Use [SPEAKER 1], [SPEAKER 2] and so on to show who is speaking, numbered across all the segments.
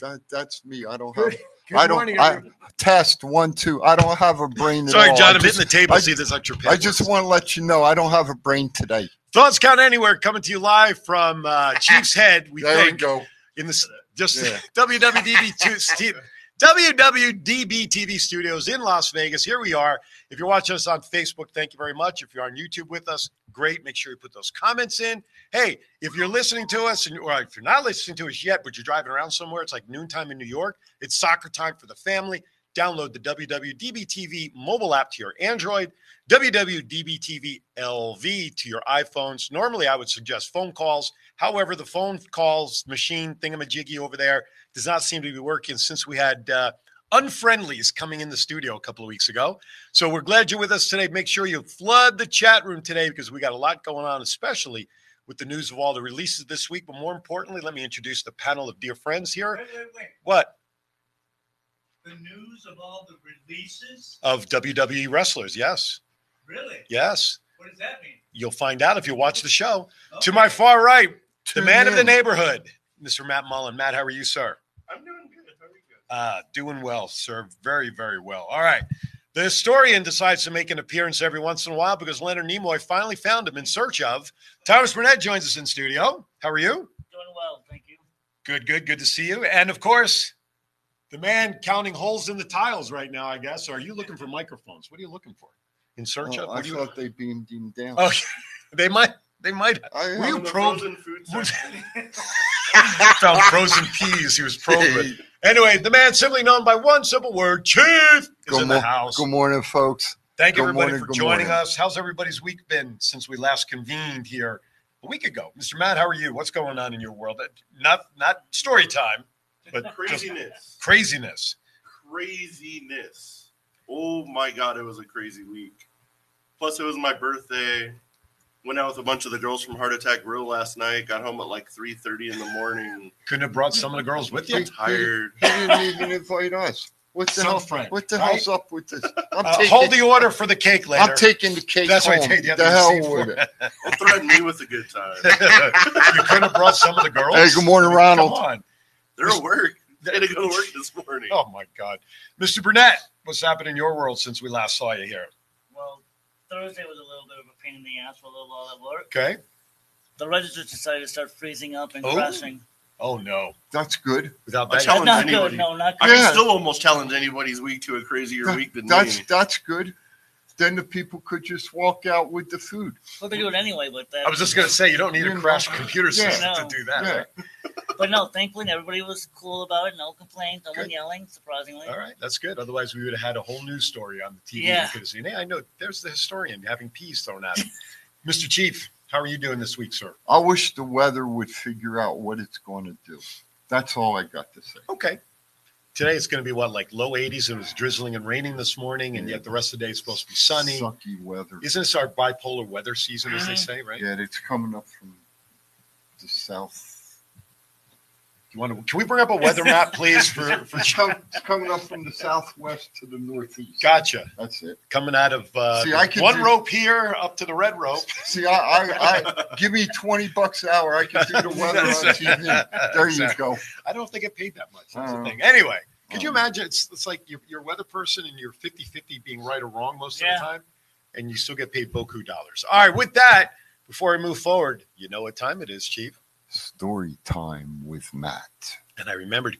[SPEAKER 1] that, that's me. I don't have
[SPEAKER 2] Good
[SPEAKER 1] I
[SPEAKER 2] good
[SPEAKER 1] don't-
[SPEAKER 2] morning.
[SPEAKER 1] I-
[SPEAKER 2] everyone.
[SPEAKER 1] test one, two. I don't have a brain at
[SPEAKER 3] Sorry,
[SPEAKER 1] all.
[SPEAKER 3] John,
[SPEAKER 1] I
[SPEAKER 3] I'm
[SPEAKER 1] just,
[SPEAKER 3] hitting the table.
[SPEAKER 1] I-
[SPEAKER 3] See if this extra
[SPEAKER 1] I just want to let you know I don't have a brain today.
[SPEAKER 3] Thoughts count anywhere coming to you live from uh, Chief's Head. We
[SPEAKER 1] there we
[SPEAKER 3] think
[SPEAKER 1] go.
[SPEAKER 3] in the s- just
[SPEAKER 1] Yeah.
[SPEAKER 3] WWDB two, stu- WWDB TV studios in Las Vegas. Here we are. If you're watching us on Facebook, thank you very much. If you're on YouTube with us, great. Make sure you put those comments in. Hey, if you're listening to us, and or if you're not listening to us yet, but you're driving around somewhere, it's like noontime in New York. It's soccer time for the family. Download the WWDB TV mobile app to your Android, WWDB TV LV to your iPhones. Normally, I would suggest phone calls. However, the phone calls machine thingamajiggy over there does not seem to be working since we had uh, unfriendlies coming in the studio a couple of weeks ago. So we're glad you're with us today. Make sure you flood the chat room today because we got a lot going on, especially with the news of all the releases this week. But more importantly, let me introduce the panel of dear friends here.
[SPEAKER 4] Wait, wait, wait.
[SPEAKER 3] What?
[SPEAKER 4] The news of all the releases?
[SPEAKER 3] Of WWE wrestlers. Yes.
[SPEAKER 4] Really?
[SPEAKER 3] Yes.
[SPEAKER 4] What does that mean?
[SPEAKER 3] You'll find out if you watch the show.
[SPEAKER 4] Okay.
[SPEAKER 3] To my far right, the
[SPEAKER 1] Tune
[SPEAKER 3] man of the
[SPEAKER 1] in.
[SPEAKER 3] neighborhood, Mr. Matt Mullen. Matt, how are you, sir?
[SPEAKER 4] I'm doing good. Very good.
[SPEAKER 3] Uh, doing well, sir. Very, very well. All right. The historian decides to make an appearance every once in a while because Leonard Nimoy finally found him in search of. Thomas Burnett joins us in studio. How are you?
[SPEAKER 4] Doing well, thank you.
[SPEAKER 3] Good, good, good to see you. And of course, the man counting holes in the tiles right now, I guess. Are you looking for microphones? What are you looking for? In search
[SPEAKER 1] Oh,
[SPEAKER 3] of?
[SPEAKER 1] I
[SPEAKER 3] What do you-
[SPEAKER 1] thought they beamed him down.
[SPEAKER 3] oh, they might. They might
[SPEAKER 1] I,
[SPEAKER 3] Were you
[SPEAKER 1] I'm a-
[SPEAKER 3] pro-
[SPEAKER 4] food
[SPEAKER 3] Would-
[SPEAKER 4] section.
[SPEAKER 3] have found frozen peas. He was probing.
[SPEAKER 1] Hey,
[SPEAKER 3] Anyway, the man simply known by one simple word, Chief, is
[SPEAKER 1] Good
[SPEAKER 3] in the
[SPEAKER 1] mo-
[SPEAKER 3] house.
[SPEAKER 1] good morning, folks.
[SPEAKER 3] Thank you,
[SPEAKER 1] Good
[SPEAKER 3] everybody,
[SPEAKER 1] morning,
[SPEAKER 3] for
[SPEAKER 1] good
[SPEAKER 3] joining
[SPEAKER 1] morning.
[SPEAKER 3] us. How's everybody's week been since we last convened here a week ago? Mr. Matt, how are you? What's going on in your world? Uh, Not not story time, but just
[SPEAKER 5] craziness
[SPEAKER 3] craziness.
[SPEAKER 5] craziness oh my god it was a crazy week plus it was my birthday went out with a bunch of the girls from heart attack grill last night got home at like 3.30 in the morning
[SPEAKER 3] Couldn't have brought some of the girls with
[SPEAKER 5] i'm
[SPEAKER 3] you.
[SPEAKER 5] tired
[SPEAKER 1] He didn't even invite us. What the
[SPEAKER 3] So
[SPEAKER 1] hell?
[SPEAKER 3] frank,
[SPEAKER 1] What the
[SPEAKER 3] right?
[SPEAKER 1] hell's up with this? I'm
[SPEAKER 3] Uh, hold the order for the cake later.
[SPEAKER 1] I'm taking the cake
[SPEAKER 3] That's
[SPEAKER 1] home.
[SPEAKER 3] right. Take the,
[SPEAKER 1] the hell with it.
[SPEAKER 5] don't threaten me with a good time
[SPEAKER 3] you couldn't have brought some of the girls.
[SPEAKER 1] Hey, good morning,
[SPEAKER 3] Come
[SPEAKER 1] Ronald.
[SPEAKER 3] on.
[SPEAKER 5] they're at work they had to go to work this morning
[SPEAKER 3] Oh my God, Mr. Burnett, what's happened in your world since we last saw you here?
[SPEAKER 6] Well, Thursday was a little bit of a pain in the ass with a lot of work.
[SPEAKER 3] Okay.
[SPEAKER 6] The registers decided to start freezing up and
[SPEAKER 3] Oh.
[SPEAKER 6] crashing.
[SPEAKER 3] Oh no.
[SPEAKER 1] That's good.
[SPEAKER 5] I'll
[SPEAKER 3] Without that,
[SPEAKER 5] tell
[SPEAKER 6] Not
[SPEAKER 5] Challenge
[SPEAKER 6] good,
[SPEAKER 5] anybody.
[SPEAKER 6] no, not
[SPEAKER 5] i
[SPEAKER 6] good.
[SPEAKER 5] can
[SPEAKER 1] Yeah.
[SPEAKER 5] still almost challenge anybody's week to a crazier
[SPEAKER 1] That-
[SPEAKER 5] week than
[SPEAKER 1] that's
[SPEAKER 5] me
[SPEAKER 1] that's good. Then the people could just walk out with the food.
[SPEAKER 6] Well, they do it anyway, but uh, that,
[SPEAKER 3] I was just gonna say you don't need
[SPEAKER 1] You
[SPEAKER 3] a
[SPEAKER 1] know.
[SPEAKER 3] crash computer
[SPEAKER 1] Yeah.
[SPEAKER 3] system
[SPEAKER 6] No.
[SPEAKER 3] to do that.
[SPEAKER 1] Yeah.
[SPEAKER 3] right?
[SPEAKER 6] But no, thankfully everybody was cool about it. No complaints, no
[SPEAKER 3] Good.
[SPEAKER 6] one yelling, surprisingly.
[SPEAKER 3] All right, that's good. Otherwise, we would have had a whole news story on the TV.
[SPEAKER 6] Yeah.
[SPEAKER 3] We could have seen. Hey, I know there's the historian having peas thrown at him. Mr. Chief, how are you doing this week, sir?
[SPEAKER 1] I wish the weather would figure out what it's going to do. That's all I got to say.
[SPEAKER 3] Okay. Today it's going to be what, like low 80s? It was drizzling and raining this morning, and yet the rest of the day is supposed to be sunny.
[SPEAKER 1] Sucky weather.
[SPEAKER 3] Isn't this our bipolar weather season, as they say, right?
[SPEAKER 1] Yeah, it's coming up from the south.
[SPEAKER 3] You want to, can we bring up a weather map, please? For, for
[SPEAKER 1] It's, com- it's coming up from the southwest to the northeast.
[SPEAKER 3] Gotcha.
[SPEAKER 1] That's it.
[SPEAKER 3] Coming out of uh,
[SPEAKER 1] See, I could
[SPEAKER 3] one
[SPEAKER 1] do-
[SPEAKER 3] rope here up to the red rope.
[SPEAKER 1] See, I, I, I give me twenty bucks an hour. I can do the weather on TV. There you go.
[SPEAKER 3] I don't think I paid that much. That's the
[SPEAKER 1] Oh.
[SPEAKER 3] thing. Anyway, could you
[SPEAKER 1] Um,
[SPEAKER 3] imagine? It's, it's like you're, you're a weather person and you're 50 50 being right or wrong most
[SPEAKER 6] Yeah.
[SPEAKER 3] of the time, and you still get paid Boku dollars. All right, with that, before we move forward, you know what time it is, Chief.
[SPEAKER 1] Story time with Matt.
[SPEAKER 3] And I remembered.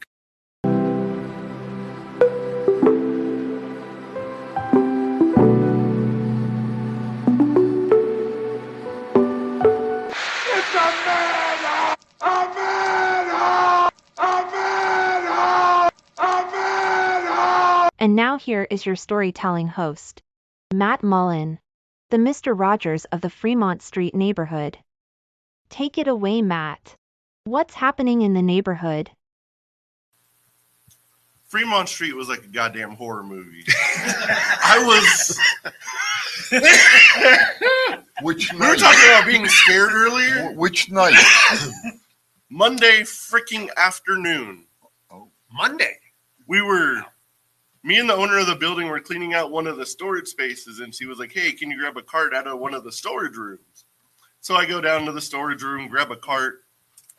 [SPEAKER 7] And now here is your storytelling host, Matt Mullen, the Mr. Rogers of the Fremont Street neighborhood. Take it away, Matt. What's happening in the neighborhood?
[SPEAKER 5] fremont street was like a goddamn horror movie i was
[SPEAKER 1] Which
[SPEAKER 5] we were
[SPEAKER 1] night?
[SPEAKER 5] talking about being scared earlier
[SPEAKER 1] Wh- Which night?
[SPEAKER 5] Monday freaking afternoon.
[SPEAKER 3] Monday.
[SPEAKER 5] We were, me and the owner of the building were cleaning out one of the storage spaces, and she was like, Hey, can you grab a cart out of one of the storage rooms? So I go down to the storage room, grab a cart,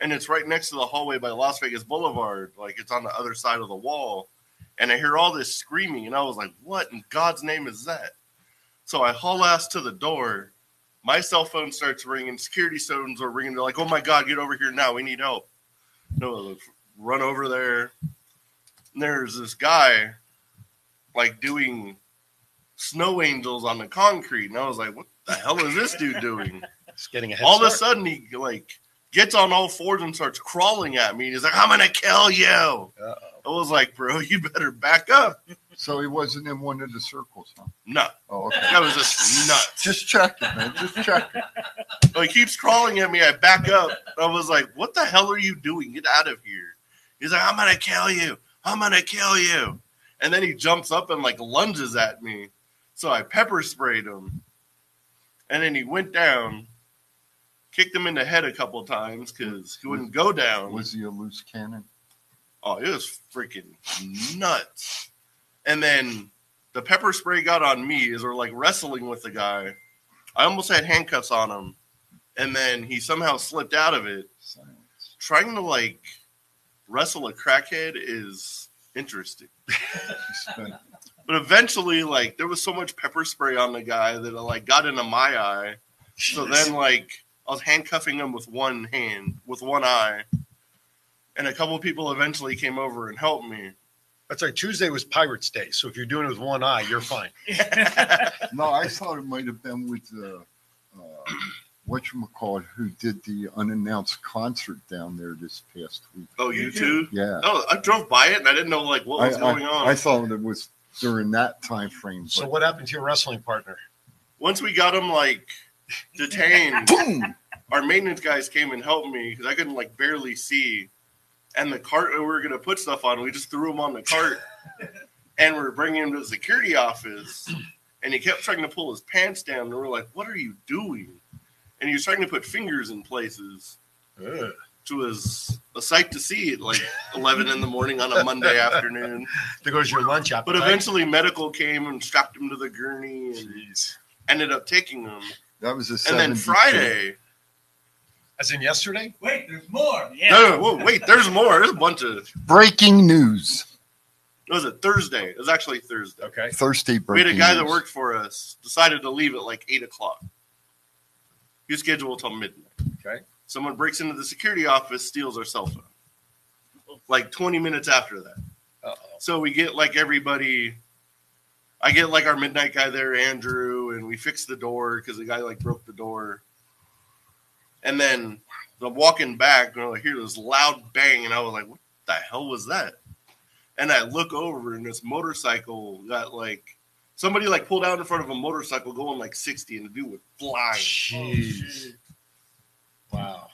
[SPEAKER 5] and it's right next to the hallway by Las Vegas Boulevard. Like it's on the other side of the wall. And I hear all this screaming, and I was like, what in God's name is that? So I haul ass to the door. My cell phone starts ringing. Security phones are ringing. They're like, oh my God, get over here now. We need help. No, run over there. And there's this guy like doing snow angels on the concrete. And I was like, what the hell is this dude doing?
[SPEAKER 3] It's getting a head
[SPEAKER 5] all of a
[SPEAKER 3] start.
[SPEAKER 5] sudden he like gets on all fours and starts crawling at me. And he's like, I'm gonna kill you.
[SPEAKER 1] Uh-oh.
[SPEAKER 5] I was like, bro, you better back up.
[SPEAKER 1] So he wasn't in one of the circles, huh?
[SPEAKER 5] No,
[SPEAKER 1] Oh, okay.
[SPEAKER 5] that was just nuts.
[SPEAKER 1] Just checking, man. Just checking.
[SPEAKER 5] Like he keeps crawling at me. I back up. I was like, what the hell are you doing? Get out of here. He's like, I'm gonna kill you. I'm gonna kill you. And then he jumps up and like lunges at me. So I pepper sprayed him. And then he went down, kicked him in the head a couple times because he wouldn't go down.
[SPEAKER 1] Was he a loose cannon?
[SPEAKER 5] Oh, it was freaking nuts. And then the pepper spray got on me as we're like wrestling with the guy. I almost had handcuffs on him. And then he somehow slipped out of it.
[SPEAKER 1] Silence.
[SPEAKER 5] Trying to like wrestle a crackhead is interesting.
[SPEAKER 1] He spent-
[SPEAKER 5] But eventually, like, there was so much pepper spray on the guy that it like got into my eye. So then, like, I was handcuffing him with one hand, with one eye. And a couple people eventually came over and helped me.
[SPEAKER 3] That's right. Tuesday was Pirates Day, so if you're doing it with one eye, you're fine.
[SPEAKER 1] No, I thought it might have been with uh, uh, whatchamacallit, who did the unannounced concert down there this past week.
[SPEAKER 5] Oh, you too?
[SPEAKER 1] Yeah.
[SPEAKER 5] Oh, I drove by it and I didn't know like what
[SPEAKER 1] I,
[SPEAKER 5] was going
[SPEAKER 1] I-
[SPEAKER 5] on.
[SPEAKER 1] I thought it was during that time frame. But
[SPEAKER 3] So what happened to your wrestling partner?
[SPEAKER 5] Once we got him like detained,
[SPEAKER 1] Boom!
[SPEAKER 5] our maintenance guys came and helped me because I couldn't like barely see. And the cart that we were gonna put stuff on, we just threw him on the cart, and we're bringing him to the security office. And he kept trying to pull his pants down, and we're like, "What are you doing?" And he was trying to put fingers in places.
[SPEAKER 3] Ugh.
[SPEAKER 5] It was a sight to see at like eleven in the morning on a Monday afternoon.
[SPEAKER 3] There goes your lunch
[SPEAKER 5] But
[SPEAKER 3] appetite.
[SPEAKER 5] eventually, medical came and strapped him to the gurney and
[SPEAKER 3] Jeez.
[SPEAKER 5] ended up taking him.
[SPEAKER 1] That was a
[SPEAKER 5] And then
[SPEAKER 1] 72.
[SPEAKER 5] Friday,
[SPEAKER 3] As in yesterday?
[SPEAKER 4] Wait, there's more.
[SPEAKER 6] Yeah.
[SPEAKER 5] no, whoa, wait, there's more. There's a bunch of.
[SPEAKER 1] Breaking news.
[SPEAKER 5] What was it Thursday? It was actually Thursday.
[SPEAKER 3] Okay.
[SPEAKER 1] Thursday
[SPEAKER 5] We had
[SPEAKER 1] breaking
[SPEAKER 5] a guy
[SPEAKER 1] news.
[SPEAKER 5] that worked for us decided to leave at like eight o'clock. He was scheduled till midnight.
[SPEAKER 3] Okay.
[SPEAKER 5] Someone breaks into the security office, steals our cell phone. Like 20 minutes after that.
[SPEAKER 3] Uh-oh.
[SPEAKER 5] So we get like everybody. I get like our midnight guy there, Andrew, and we fix the door because the guy like broke the door. And then the walking back, and I hear this loud bang, and I was like, "What the hell was that?" And I look over, and this motorcycle got like somebody like pulled out in front of a motorcycle going like sixty, and the dude was
[SPEAKER 3] Oh,
[SPEAKER 5] flying.
[SPEAKER 3] Jeez. Wow.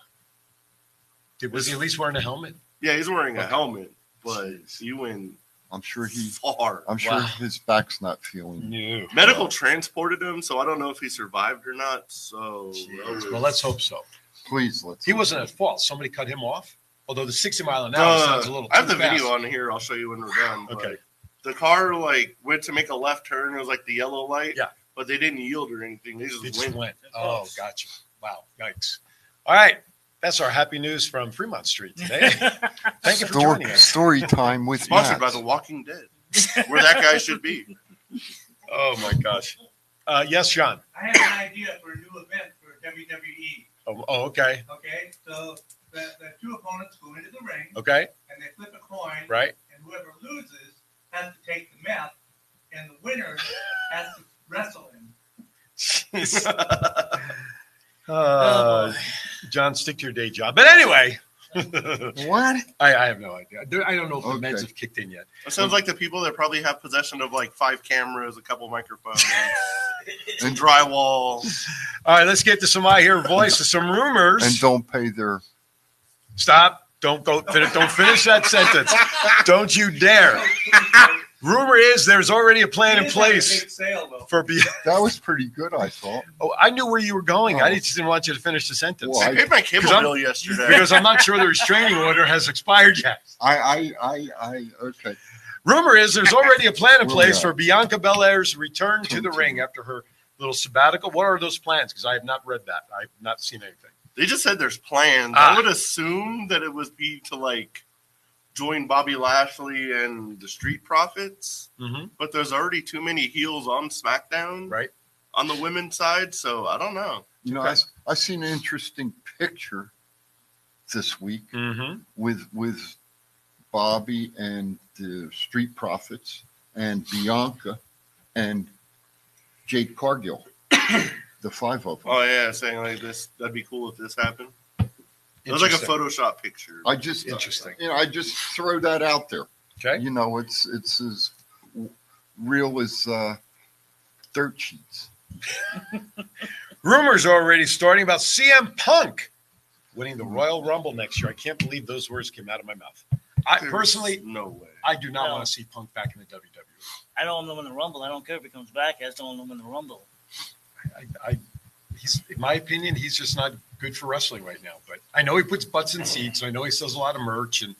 [SPEAKER 3] Did, was he at least wearing a helmet?
[SPEAKER 5] Yeah, he's wearing a
[SPEAKER 3] Okay.
[SPEAKER 5] helmet, but you went
[SPEAKER 1] I'm sure he.
[SPEAKER 5] far.
[SPEAKER 1] I'm sure
[SPEAKER 3] Wow.
[SPEAKER 1] his back's not feeling.
[SPEAKER 3] No.
[SPEAKER 5] Medical transported him, so I don't know if he survived or not. So
[SPEAKER 3] Oh, Well, let's hope so.
[SPEAKER 1] Please let's.
[SPEAKER 3] He wasn't at fault. Somebody cut him off. Although the 60 mile an hour
[SPEAKER 5] Uh,
[SPEAKER 3] sounds a little.
[SPEAKER 5] I have
[SPEAKER 3] too
[SPEAKER 5] the
[SPEAKER 3] fast.
[SPEAKER 5] video on here. I'll show you when we're done. but
[SPEAKER 3] Okay.
[SPEAKER 5] The car like went to make a left turn. It was like the yellow light.
[SPEAKER 3] Yeah.
[SPEAKER 5] But they didn't yield or anything. They just
[SPEAKER 3] It just
[SPEAKER 5] went.
[SPEAKER 3] went. Oh, gotcha. Wow. Yikes. All right. That's our happy news from Fremont Street today. Thank you for
[SPEAKER 1] Story,
[SPEAKER 3] joining us.
[SPEAKER 1] story time with
[SPEAKER 5] Sponsored by
[SPEAKER 1] Matt.
[SPEAKER 5] The Walking Dead, where that guy should be.
[SPEAKER 3] Oh my gosh. Uh, yes, John.
[SPEAKER 4] I have an idea for a new event for WWE.
[SPEAKER 3] Oh, oh, okay.
[SPEAKER 4] Okay, so the, the two opponents go into the ring
[SPEAKER 3] Okay.
[SPEAKER 4] and they flip a coin,
[SPEAKER 3] Right.
[SPEAKER 4] and whoever loses has to take the meth, and the winner has to wrestle him.
[SPEAKER 3] Uh, John, stick to your day job. But anyway,
[SPEAKER 1] What?
[SPEAKER 3] I, I have no idea. There- I don't know if the
[SPEAKER 1] Okay.
[SPEAKER 3] meds have kicked in yet.
[SPEAKER 5] It sounds like the people that probably have possession of like five cameras, a couple microphones, and drywall.
[SPEAKER 3] All right, let's get to some I Hear Voice to some rumors.
[SPEAKER 1] And don't pay their.
[SPEAKER 3] Stop. Don't go. Fin- don't finish that sentence. Don't you dare. Rumor is there's already a plan in
[SPEAKER 4] He did have a
[SPEAKER 3] place
[SPEAKER 4] big sale, though.
[SPEAKER 3] for. Be-
[SPEAKER 1] That was pretty good, I thought.
[SPEAKER 3] oh, I knew where you were going. I
[SPEAKER 1] Oh.
[SPEAKER 3] just didn't want you to finish the sentence
[SPEAKER 1] Well,
[SPEAKER 5] I paid my cable
[SPEAKER 3] Because I'm-
[SPEAKER 5] bill yesterday.
[SPEAKER 3] because I'm not sure the restraining order has expired yet.
[SPEAKER 1] I, I, I, I. Okay.
[SPEAKER 3] Rumor is there's already a plan in
[SPEAKER 1] Where
[SPEAKER 3] place
[SPEAKER 1] we at?
[SPEAKER 3] for Bianca Belair's return to the
[SPEAKER 1] Continue.
[SPEAKER 3] ring after her little sabbatical. What are those plans? Because I have not read that. I've not seen anything.
[SPEAKER 5] They just said there's plans.
[SPEAKER 3] Ah.
[SPEAKER 5] I would assume that it would be to like join Bobby Lashley and the Street Profits,
[SPEAKER 3] Mm-hmm.
[SPEAKER 5] but there's already too many heels on SmackDown
[SPEAKER 3] Right.
[SPEAKER 5] on the women's side, so I don't know.
[SPEAKER 1] You know,
[SPEAKER 3] Okay.
[SPEAKER 1] I, s- I seen an interesting picture this week
[SPEAKER 3] Mm-hmm.
[SPEAKER 1] with with Bobby and the Street Profits and Bianca and Jade Cargill, the five of them.
[SPEAKER 5] Oh yeah, saying like this, that'd be cool if this happened. It was like a Photoshop picture.
[SPEAKER 1] I just uh,
[SPEAKER 3] Interesting.
[SPEAKER 1] You know, I just throw that out there.
[SPEAKER 3] Okay.
[SPEAKER 1] You know, it's it's as w- real as uh, dirt sheets.
[SPEAKER 3] Rumors are already starting about CM Punk winning the Royal Rumble next year. I can't believe those words came out of my mouth. I
[SPEAKER 5] There's
[SPEAKER 3] personally,
[SPEAKER 5] no way.
[SPEAKER 3] I do not
[SPEAKER 6] No.
[SPEAKER 3] want to see Punk back in the E. WWE.
[SPEAKER 6] I don't want him to win the Rumble. I don't care if he comes back. I just don't want him to win the Rumble.
[SPEAKER 3] I, I, he's, in my opinion, he's just not good for wrestling right now. But I know he puts butts in seats. I know he sells a lot of merch, and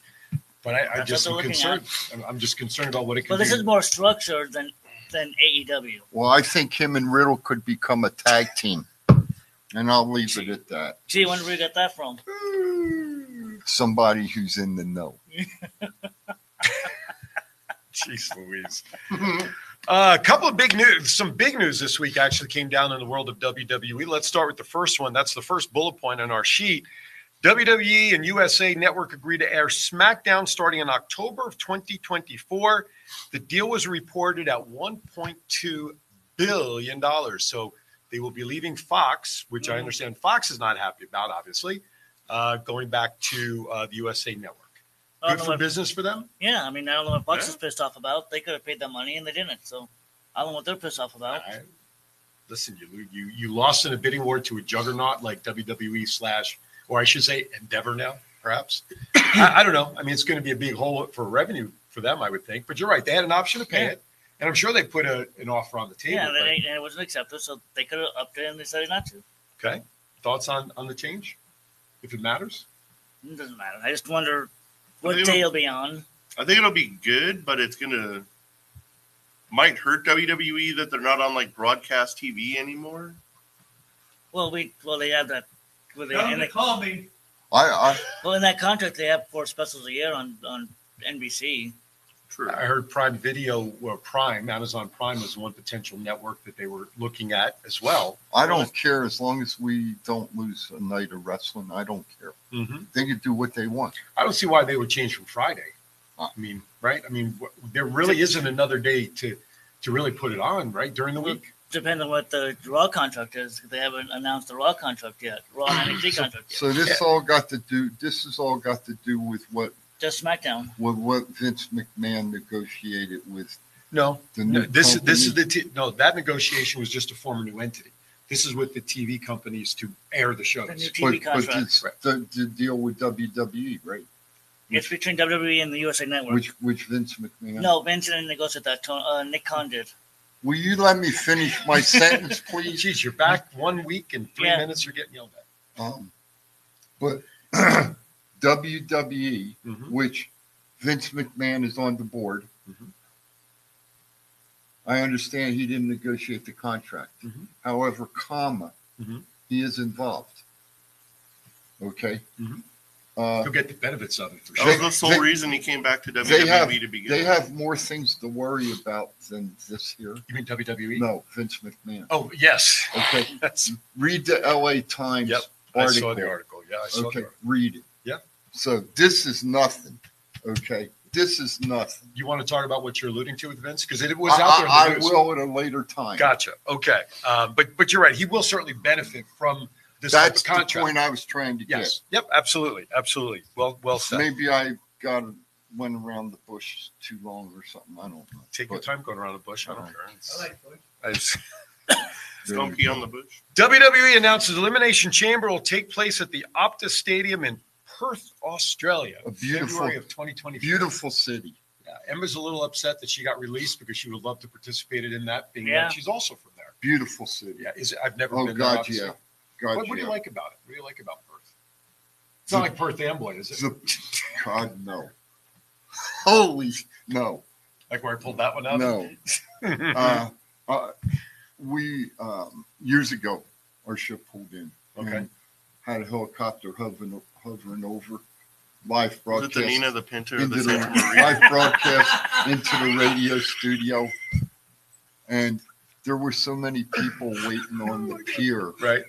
[SPEAKER 3] but I, I
[SPEAKER 6] what
[SPEAKER 3] just
[SPEAKER 6] they're
[SPEAKER 3] am
[SPEAKER 6] looking
[SPEAKER 3] concerned. I'm, I'm just concerned about what it could
[SPEAKER 6] But
[SPEAKER 3] be.
[SPEAKER 6] this is more structured than than E AEW.
[SPEAKER 1] Well, I think him and Riddle could become a tag team, and I'll leave it at that.
[SPEAKER 6] Gee, wonder where you got that from.
[SPEAKER 1] Somebody who's in the know.
[SPEAKER 3] Jeez Louise. Uh, a couple of big news, some big news this week actually came down in the world of WWE. Let's start with the first one. That's the first bullet point on our sheet. WWE and USA Network agreed to air SmackDown starting in October of 2024. The deal was reported at 1.2 billion dollars. So they will be leaving Fox, which I understand Fox is not happy about, obviously, uh, going back to uh, the USA Network. Good
[SPEAKER 6] I don't
[SPEAKER 3] for
[SPEAKER 6] know what,
[SPEAKER 3] business for them.
[SPEAKER 6] yeah, I mean, I don't know what Bucks
[SPEAKER 5] Yeah.
[SPEAKER 6] is pissed off about. They could have paid that money and they didn't. So I don't know what they're pissed off about.
[SPEAKER 3] I- listen, you you you lost in a bidding war to a juggernaut like WWE slash, or I should say Endeavor now, perhaps. I, I don't know. I mean, it's going to be a big hole for revenue for them, I would think. But you're right; they had an option to pay
[SPEAKER 6] Yeah.
[SPEAKER 3] it, and I'm sure they put a, an offer on the table.
[SPEAKER 6] yeah,
[SPEAKER 3] but-
[SPEAKER 6] they, and it wasn't accepted, so they could have upped it and they decided not to.
[SPEAKER 3] okay. Thoughts on on the change, if it matters?
[SPEAKER 6] It doesn't matter. I just wonder what
[SPEAKER 5] They
[SPEAKER 6] day
[SPEAKER 5] don't-
[SPEAKER 6] he'll be on.
[SPEAKER 5] I think it'll be good, but it's gonna might hurt WWE that they're not on like broadcast TV anymore.
[SPEAKER 6] Well, we well they have that. Well, they,
[SPEAKER 4] Tell
[SPEAKER 6] in
[SPEAKER 4] them to
[SPEAKER 6] the,
[SPEAKER 4] call me.
[SPEAKER 1] I,
[SPEAKER 6] well, in that contract, they have four specials a year on on NBC.
[SPEAKER 5] True.
[SPEAKER 3] I heard Prime Video, or Prime, Amazon Prime was one potential network that they were looking at as well.
[SPEAKER 1] I, I don't care as long as we don't lose a night of wrestling. I don't care.
[SPEAKER 3] Mm-hmm.
[SPEAKER 1] They can do what they want.
[SPEAKER 3] I don't see why they would change from Friday. I mean, right? I mean, wh- there really isn't another day to to really put it on, right? During
[SPEAKER 1] Mm-hmm.
[SPEAKER 3] the week.
[SPEAKER 6] Depending on what the Raw contract is, they haven't announced the Raw contract yet. Raw and NXT contract yet.
[SPEAKER 1] So this all got to do. This has all got to do with what
[SPEAKER 6] Just SmackDown.
[SPEAKER 1] with what Vince McMahon negotiated with
[SPEAKER 3] No,
[SPEAKER 1] the new.
[SPEAKER 3] no this is this is
[SPEAKER 1] company.
[SPEAKER 3] the t- no. That negotiation was just to form a new entity. This is with the TV companies to air the
[SPEAKER 6] The new
[SPEAKER 3] shows.
[SPEAKER 6] TV
[SPEAKER 1] but, but
[SPEAKER 6] contract.
[SPEAKER 1] it's the, the deal with WWE, right?
[SPEAKER 6] It's between WWE and the USA Network.
[SPEAKER 1] Which which Vince McMahon.
[SPEAKER 6] no, Vince didn't negotiate that. Tony- Uh, Nick Khan did.
[SPEAKER 1] Will you let me finish my sentence, please?
[SPEAKER 3] Geez, you're back one week and three
[SPEAKER 6] Yeah.
[SPEAKER 3] minutes. You're getting yelled at.
[SPEAKER 1] Um, but E WWE,
[SPEAKER 3] Mhm.
[SPEAKER 1] which Vince McMahon is on the board,
[SPEAKER 3] Mhm.
[SPEAKER 1] I understand he didn't negotiate the contract.
[SPEAKER 3] Mhm.
[SPEAKER 1] However, comma,
[SPEAKER 3] Mhm.
[SPEAKER 1] he is involved. Okay.
[SPEAKER 3] Mhm.
[SPEAKER 1] Uh,
[SPEAKER 3] You'll get the benefits of it for
[SPEAKER 1] Oh.
[SPEAKER 5] That
[SPEAKER 3] sure.
[SPEAKER 5] was the sole
[SPEAKER 1] They-
[SPEAKER 5] reason he came back to WWE
[SPEAKER 1] they have-
[SPEAKER 5] to begin.
[SPEAKER 1] they
[SPEAKER 5] with.
[SPEAKER 1] have more things to worry about than this here.
[SPEAKER 3] You mean WWE?
[SPEAKER 1] No, Vince McMahon.
[SPEAKER 3] Oh yes,
[SPEAKER 1] Okay.
[SPEAKER 3] that's.
[SPEAKER 1] Read the LA Times
[SPEAKER 3] Yep, I
[SPEAKER 1] article.
[SPEAKER 3] saw the article. Yeah, I saw the
[SPEAKER 1] Okay,
[SPEAKER 3] article.
[SPEAKER 1] read it.
[SPEAKER 3] Yeah.
[SPEAKER 1] So this is nothing. Okay, this is nothing.
[SPEAKER 3] You want to talk about what you're alluding to with Vince? Because it was
[SPEAKER 1] I-
[SPEAKER 3] out there. in the
[SPEAKER 1] I, I
[SPEAKER 3] news.
[SPEAKER 1] will at a later time.
[SPEAKER 3] Gotcha. Okay. Um, but but you're right. He will certainly benefit from this type
[SPEAKER 1] That's
[SPEAKER 3] of
[SPEAKER 1] the
[SPEAKER 3] contract.
[SPEAKER 1] point I was trying to get.
[SPEAKER 3] Yes. Yep. Absolutely. Absolutely. Well well said.
[SPEAKER 1] Maybe I got went around the bush too long or something. I don't know.
[SPEAKER 3] Take your
[SPEAKER 1] But
[SPEAKER 3] time going around the bush. I don't
[SPEAKER 1] All right.
[SPEAKER 3] care.
[SPEAKER 4] I
[SPEAKER 3] It's-
[SPEAKER 4] like Bush.
[SPEAKER 3] it's-
[SPEAKER 5] It's gonna pee on the bush.
[SPEAKER 3] WWE announces Elimination Chamber will take place at the Optus Stadium in Perth, Australia,
[SPEAKER 1] A beautiful-
[SPEAKER 3] February of 2024.
[SPEAKER 1] Beautiful city.
[SPEAKER 3] Yeah, Emma's a little upset that she got released because she would love to participate in that. Being
[SPEAKER 6] Yeah.
[SPEAKER 3] that she's also from there.
[SPEAKER 1] Beautiful city.
[SPEAKER 3] Yeah. Is I've never
[SPEAKER 1] Oh
[SPEAKER 3] been. there,
[SPEAKER 1] God,
[SPEAKER 3] obviously.
[SPEAKER 1] yeah. God,
[SPEAKER 3] What, what do
[SPEAKER 1] yeah.
[SPEAKER 3] you like about it? What do you like about Perth? It's not like Perth Amboy, is it?
[SPEAKER 1] The- God no. Holy no,
[SPEAKER 3] Like where I pulled that one out.
[SPEAKER 1] no. uh, uh, we um, years ago, our ship pulled in.
[SPEAKER 3] Okay.
[SPEAKER 1] and had a helicopter hovering, hovering over live
[SPEAKER 5] Was it
[SPEAKER 1] broadcast
[SPEAKER 5] the Nina, the Pinto, or the
[SPEAKER 1] into the
[SPEAKER 5] Santa Maria?
[SPEAKER 1] live broadcast into the radio studio, and there were so many people waiting on the pier.
[SPEAKER 3] Right.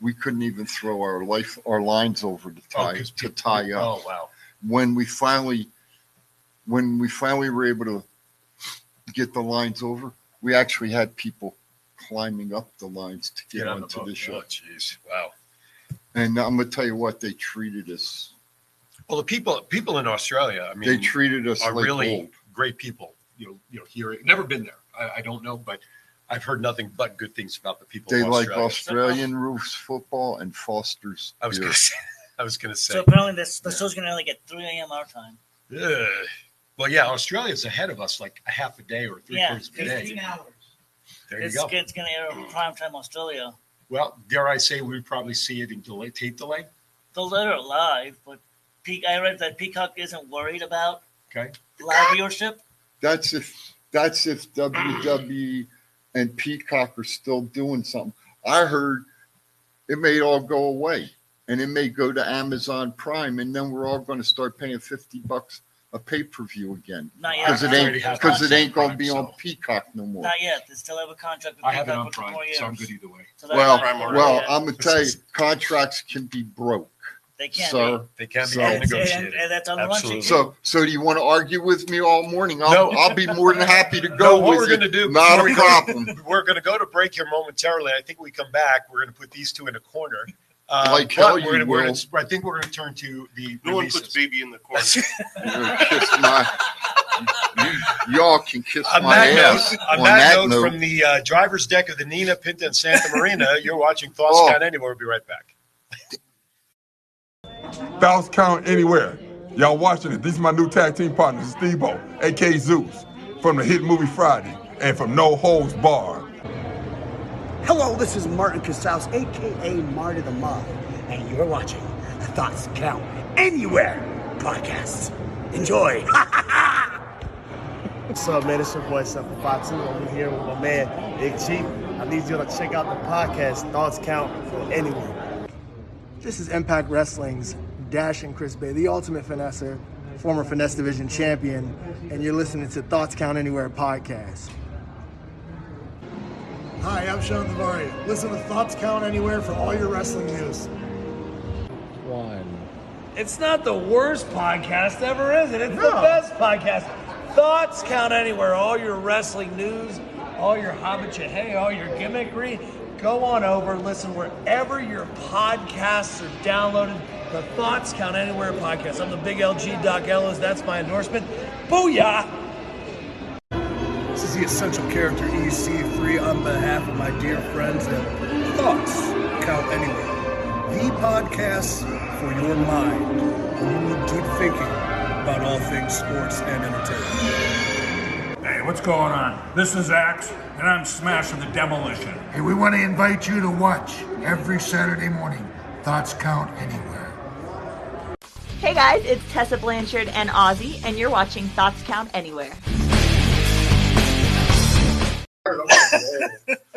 [SPEAKER 1] We couldn't even throw our life our lines over to
[SPEAKER 3] Oh,
[SPEAKER 1] tie
[SPEAKER 3] 'cause
[SPEAKER 1] to tie up.
[SPEAKER 3] Oh wow.
[SPEAKER 1] When we finally, when we finally were able to get the lines over, we actually had people climbing up the lines to get,
[SPEAKER 3] Get on the
[SPEAKER 1] onto
[SPEAKER 3] boat.
[SPEAKER 1] the show.
[SPEAKER 3] Oh jeez. Wow.
[SPEAKER 1] And I'm gonna tell you what they treated us.
[SPEAKER 3] Well, the people people in Australia, I mean,
[SPEAKER 1] They treated us
[SPEAKER 3] are
[SPEAKER 1] like
[SPEAKER 3] really
[SPEAKER 1] gold.
[SPEAKER 3] great people. You know, you know, here never been there. I, I don't know, but I've heard nothing but good things about the people.
[SPEAKER 1] They
[SPEAKER 3] of
[SPEAKER 1] like
[SPEAKER 3] Australia.
[SPEAKER 1] Australian rules football and Foster's.
[SPEAKER 3] I was
[SPEAKER 1] beer.
[SPEAKER 3] gonna say. I was gonna say.
[SPEAKER 6] So apparently this the
[SPEAKER 1] Yeah.
[SPEAKER 6] show's gonna end like at 3 a.m. our time.
[SPEAKER 3] Ugh. Well, yeah, Australia's ahead of us like a half a day or three
[SPEAKER 6] Yeah.
[SPEAKER 3] quarters of a
[SPEAKER 4] Fifteen
[SPEAKER 3] day.
[SPEAKER 4] hours.
[SPEAKER 3] There you
[SPEAKER 6] It's,
[SPEAKER 3] go.
[SPEAKER 6] it's gonna air over prime time Australia.
[SPEAKER 3] Well, dare I say we'd probably see it in delay, tape delay.
[SPEAKER 6] They'll let her live, but Peac I read that Peacock isn't worried about
[SPEAKER 3] Okay.
[SPEAKER 6] live viewership.
[SPEAKER 1] That's if that's if WWE and Peacock are still doing something. I heard it may all go away, and it may go to Amazon Prime, and then we're all going to start paying fifty bucks a pay per view again
[SPEAKER 6] Not yet.
[SPEAKER 1] because it
[SPEAKER 3] I already
[SPEAKER 1] ain't
[SPEAKER 3] have
[SPEAKER 1] because it
[SPEAKER 3] Amazon
[SPEAKER 1] ain't going to
[SPEAKER 3] Prime,
[SPEAKER 1] be on
[SPEAKER 3] so-
[SPEAKER 1] Peacock no more.
[SPEAKER 6] Not yet. They still have a contract with
[SPEAKER 3] I have it
[SPEAKER 6] Peacock
[SPEAKER 3] on
[SPEAKER 6] for two
[SPEAKER 3] Prime,
[SPEAKER 6] more years.
[SPEAKER 3] so I'm good either way.
[SPEAKER 6] So that's
[SPEAKER 1] Well,
[SPEAKER 6] not
[SPEAKER 5] Prime
[SPEAKER 6] good
[SPEAKER 5] already.
[SPEAKER 1] well,
[SPEAKER 6] yet.
[SPEAKER 1] I'm gonna tell you, contracts can be broke,
[SPEAKER 6] they can't.
[SPEAKER 1] sir.
[SPEAKER 3] They can be
[SPEAKER 1] So-
[SPEAKER 6] and, and,
[SPEAKER 3] negotiated.
[SPEAKER 6] and that's on the run sheet.
[SPEAKER 3] Absolutely.
[SPEAKER 1] So, so do you want to argue with me all morning? I'll,
[SPEAKER 3] No.
[SPEAKER 1] I'll be more than happy to
[SPEAKER 3] No,
[SPEAKER 1] go
[SPEAKER 3] what
[SPEAKER 1] with
[SPEAKER 3] we're
[SPEAKER 1] you.
[SPEAKER 3] gonna do before
[SPEAKER 1] Not
[SPEAKER 3] we
[SPEAKER 1] a
[SPEAKER 3] go-
[SPEAKER 1] problem.
[SPEAKER 3] We're going to go to break here momentarily. I think when we come back, we're going to put these two in a corner. Uh,
[SPEAKER 1] Like
[SPEAKER 3] but
[SPEAKER 1] hell
[SPEAKER 3] we're
[SPEAKER 1] you
[SPEAKER 3] gonna- we're
[SPEAKER 1] will.
[SPEAKER 3] gonna- I think we're going to turn to the
[SPEAKER 5] No one
[SPEAKER 3] releases.
[SPEAKER 5] puts baby in the corner.
[SPEAKER 1] You're gonna kiss my, you- y'all can kiss
[SPEAKER 3] On
[SPEAKER 1] my
[SPEAKER 3] that
[SPEAKER 1] ass.
[SPEAKER 3] note, on
[SPEAKER 1] on
[SPEAKER 3] that
[SPEAKER 1] that
[SPEAKER 3] note,
[SPEAKER 1] note-
[SPEAKER 3] from the uh, driver's deck of the Nina Pinta and Santa Marina, you're watching Thoughts
[SPEAKER 1] Oh.
[SPEAKER 3] Count Anywhere. We'll be right back.
[SPEAKER 2] Thoughts count anywhere. Y'all watching it. These are my new tag team partners, Steve O, aka Zeus, from the hit movie Friday, and from No Holds Barred.
[SPEAKER 8] Hello, this is Martin Casals, aka Marty the Mob, and you're watching the Thoughts Count Anywhere podcast. Enjoy.
[SPEAKER 9] What's up, man? It's your boy, Seth Fox. I'm here with my man, Big Chief. I need you to check out the podcast, Thoughts Count from Anywhere. This is Impact Wrestling's Dash and Chris Bay, the ultimate finesser, former finesse division champion, and you're listening to Thoughts Count Anywhere podcast.
[SPEAKER 10] Hi, I'm Sean Tavares. Listen to Thoughts Count Anywhere for all your wrestling news.
[SPEAKER 11] It's not the worst podcast ever, is it? It's the
[SPEAKER 9] No.
[SPEAKER 11] best podcast. Thoughts count anywhere. All your wrestling news, all your hobbitcha hey, all your gimmickry. Go on over, listen wherever your podcasts are downloaded. The Thoughts Count Anywhere podcast. I'm the big LG Doc Ellis. That's my endorsement. Booyah!
[SPEAKER 10] This is the Essential Character EC3 on behalf of my dear friends at Thoughts Count Anywhere, the podcast for your mind when you need deep thinking about all things sports and entertainment.
[SPEAKER 11] Hey, what's going on? This is Axe, and I'm smashing the demolition.
[SPEAKER 10] Hey, we want to invite you to watch every Saturday morning Thoughts Count Anywhere.
[SPEAKER 12] Hey guys, it's Tessa Blanchard and Ozzy, and you're watching Thoughts Count Anywhere.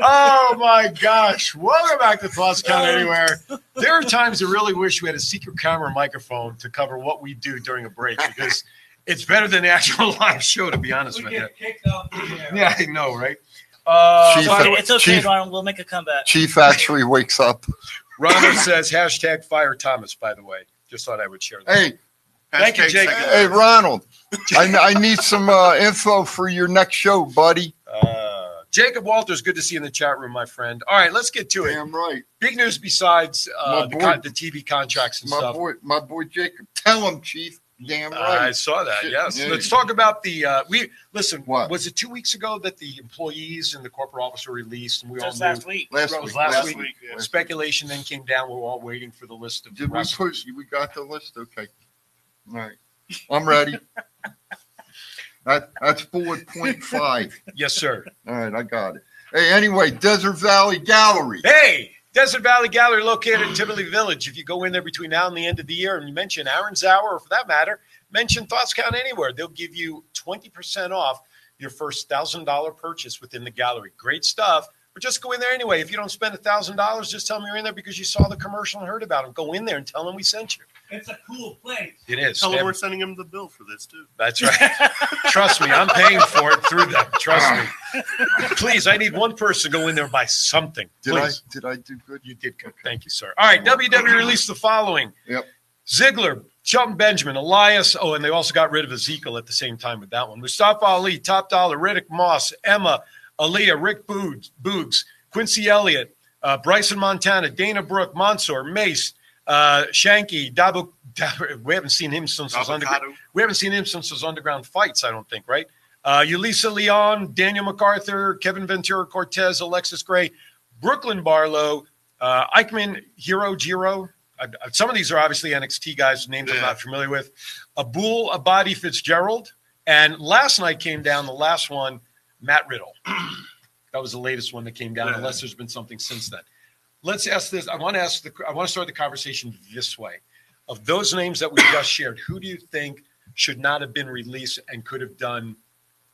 [SPEAKER 3] Oh my gosh. Welcome back to Thoughts Count Anywhere. There are times I really wish we had a secret camera microphone to cover what we do during a break because it's better than the actual live show, to be honest
[SPEAKER 4] We
[SPEAKER 3] with you.
[SPEAKER 4] get kicked off the air.
[SPEAKER 3] Yeah, I know, right? Uh,
[SPEAKER 1] Chief,
[SPEAKER 3] by the
[SPEAKER 1] uh,
[SPEAKER 3] way,
[SPEAKER 6] It's okay,
[SPEAKER 1] Chief-
[SPEAKER 6] Ron. We'll make a comeback.
[SPEAKER 1] Chief actually wakes up.
[SPEAKER 3] Ronald says hashtag fire Thomas, by the way. Just thought I would share that.
[SPEAKER 1] Hey,
[SPEAKER 3] Thank you,
[SPEAKER 5] Hashtag
[SPEAKER 3] Jake.
[SPEAKER 5] second
[SPEAKER 1] hey, Ronald, I, I need some uh, info for your next show, buddy.
[SPEAKER 3] Uh, Jacob Walters, good to see you in the chat room, my friend. All right, let's get to it.
[SPEAKER 1] Damn right,
[SPEAKER 3] Big news besides
[SPEAKER 1] My
[SPEAKER 3] uh, the,
[SPEAKER 1] boy-
[SPEAKER 3] con- the TV contracts and
[SPEAKER 1] my
[SPEAKER 3] stuff. Uh,
[SPEAKER 1] boy, my boy Jacob. Tell him, Chief. Damn
[SPEAKER 3] I
[SPEAKER 1] right.
[SPEAKER 3] saw that.
[SPEAKER 1] Shit,
[SPEAKER 3] Yes.
[SPEAKER 1] yeah.
[SPEAKER 3] Let's talk about the uh, we listen.
[SPEAKER 1] What?
[SPEAKER 3] was it two weeks ago that the employees and the corporate office were released? And we
[SPEAKER 6] Just
[SPEAKER 3] all knew
[SPEAKER 6] last week.
[SPEAKER 1] Last
[SPEAKER 3] That
[SPEAKER 1] week,
[SPEAKER 3] was last
[SPEAKER 1] last,
[SPEAKER 5] last
[SPEAKER 1] week.
[SPEAKER 5] week. yeah.
[SPEAKER 3] speculation then came down. We're all waiting for the list of
[SPEAKER 1] Did we
[SPEAKER 3] wrestlers.
[SPEAKER 1] put? We got the list. Okay. All right. I'm ready. that, that's bullet point five.
[SPEAKER 3] Yes, sir.
[SPEAKER 1] All right, I got it. Hey, anyway, Desert Valley Gallery.
[SPEAKER 3] Hey, Desert Valley Gallery located in Tivoli Village. If you go in there between now and the end of the year and you mention Aaron's Hour, or for that matter, mention Thoughts Count Anywhere, they'll give you 20% off your first $1,000 purchase within the gallery. Great stuff. But just go in there anyway. If you don't spend a thousand dollars, just tell them you're in there because you saw the commercial and heard about them. Go in there and tell them we sent you.
[SPEAKER 4] It's a cool place.
[SPEAKER 3] It is.
[SPEAKER 5] Tell
[SPEAKER 3] They
[SPEAKER 5] them
[SPEAKER 3] have-
[SPEAKER 5] we're sending him the bill for this too.
[SPEAKER 3] That's right. Trust me, I'm paying for it through them. Trust me. Please, I need one person to go in there and buy something.
[SPEAKER 1] Did I-
[SPEAKER 3] Please. did I do good? You did good. Thank you, sir. All right, WWE released the following.
[SPEAKER 1] Yep.
[SPEAKER 3] Ziggler, Shelton Benjamin, Elias. Oh, and they also got rid of Ezekiel at the same time with that one. Mustafa Ali, Top Dollar, Riddick Moss, Emma, Aaliyah, Rick Boogs, Boogs Quincy Elliott, uh, Bryson Montana, Dana Brooke, Mansoor, Mace, uh, Shanky, Dabu, Dabu- We haven't seen him since those underground. We haven't seen him since those underground fights. I don't think, right? Uh, Ulisa Leon, Daniel MacArthur, Kevin Ventura Cortez, Alexis Gray, Brooklyn Barlow, uh, Eichmann, Hero Giro. I, I- some of these are obviously NXT guys, names I'm not familiar with. Abul Abadi Fitzgerald. And last night came down the last one, Matt Riddle. that was the latest one that came down,
[SPEAKER 5] Yeah.
[SPEAKER 3] unless there's been something since then. Let's ask this. I want to ask the I want to start the conversation this way. Of those names that we just shared, who do you think should not have been released and could have done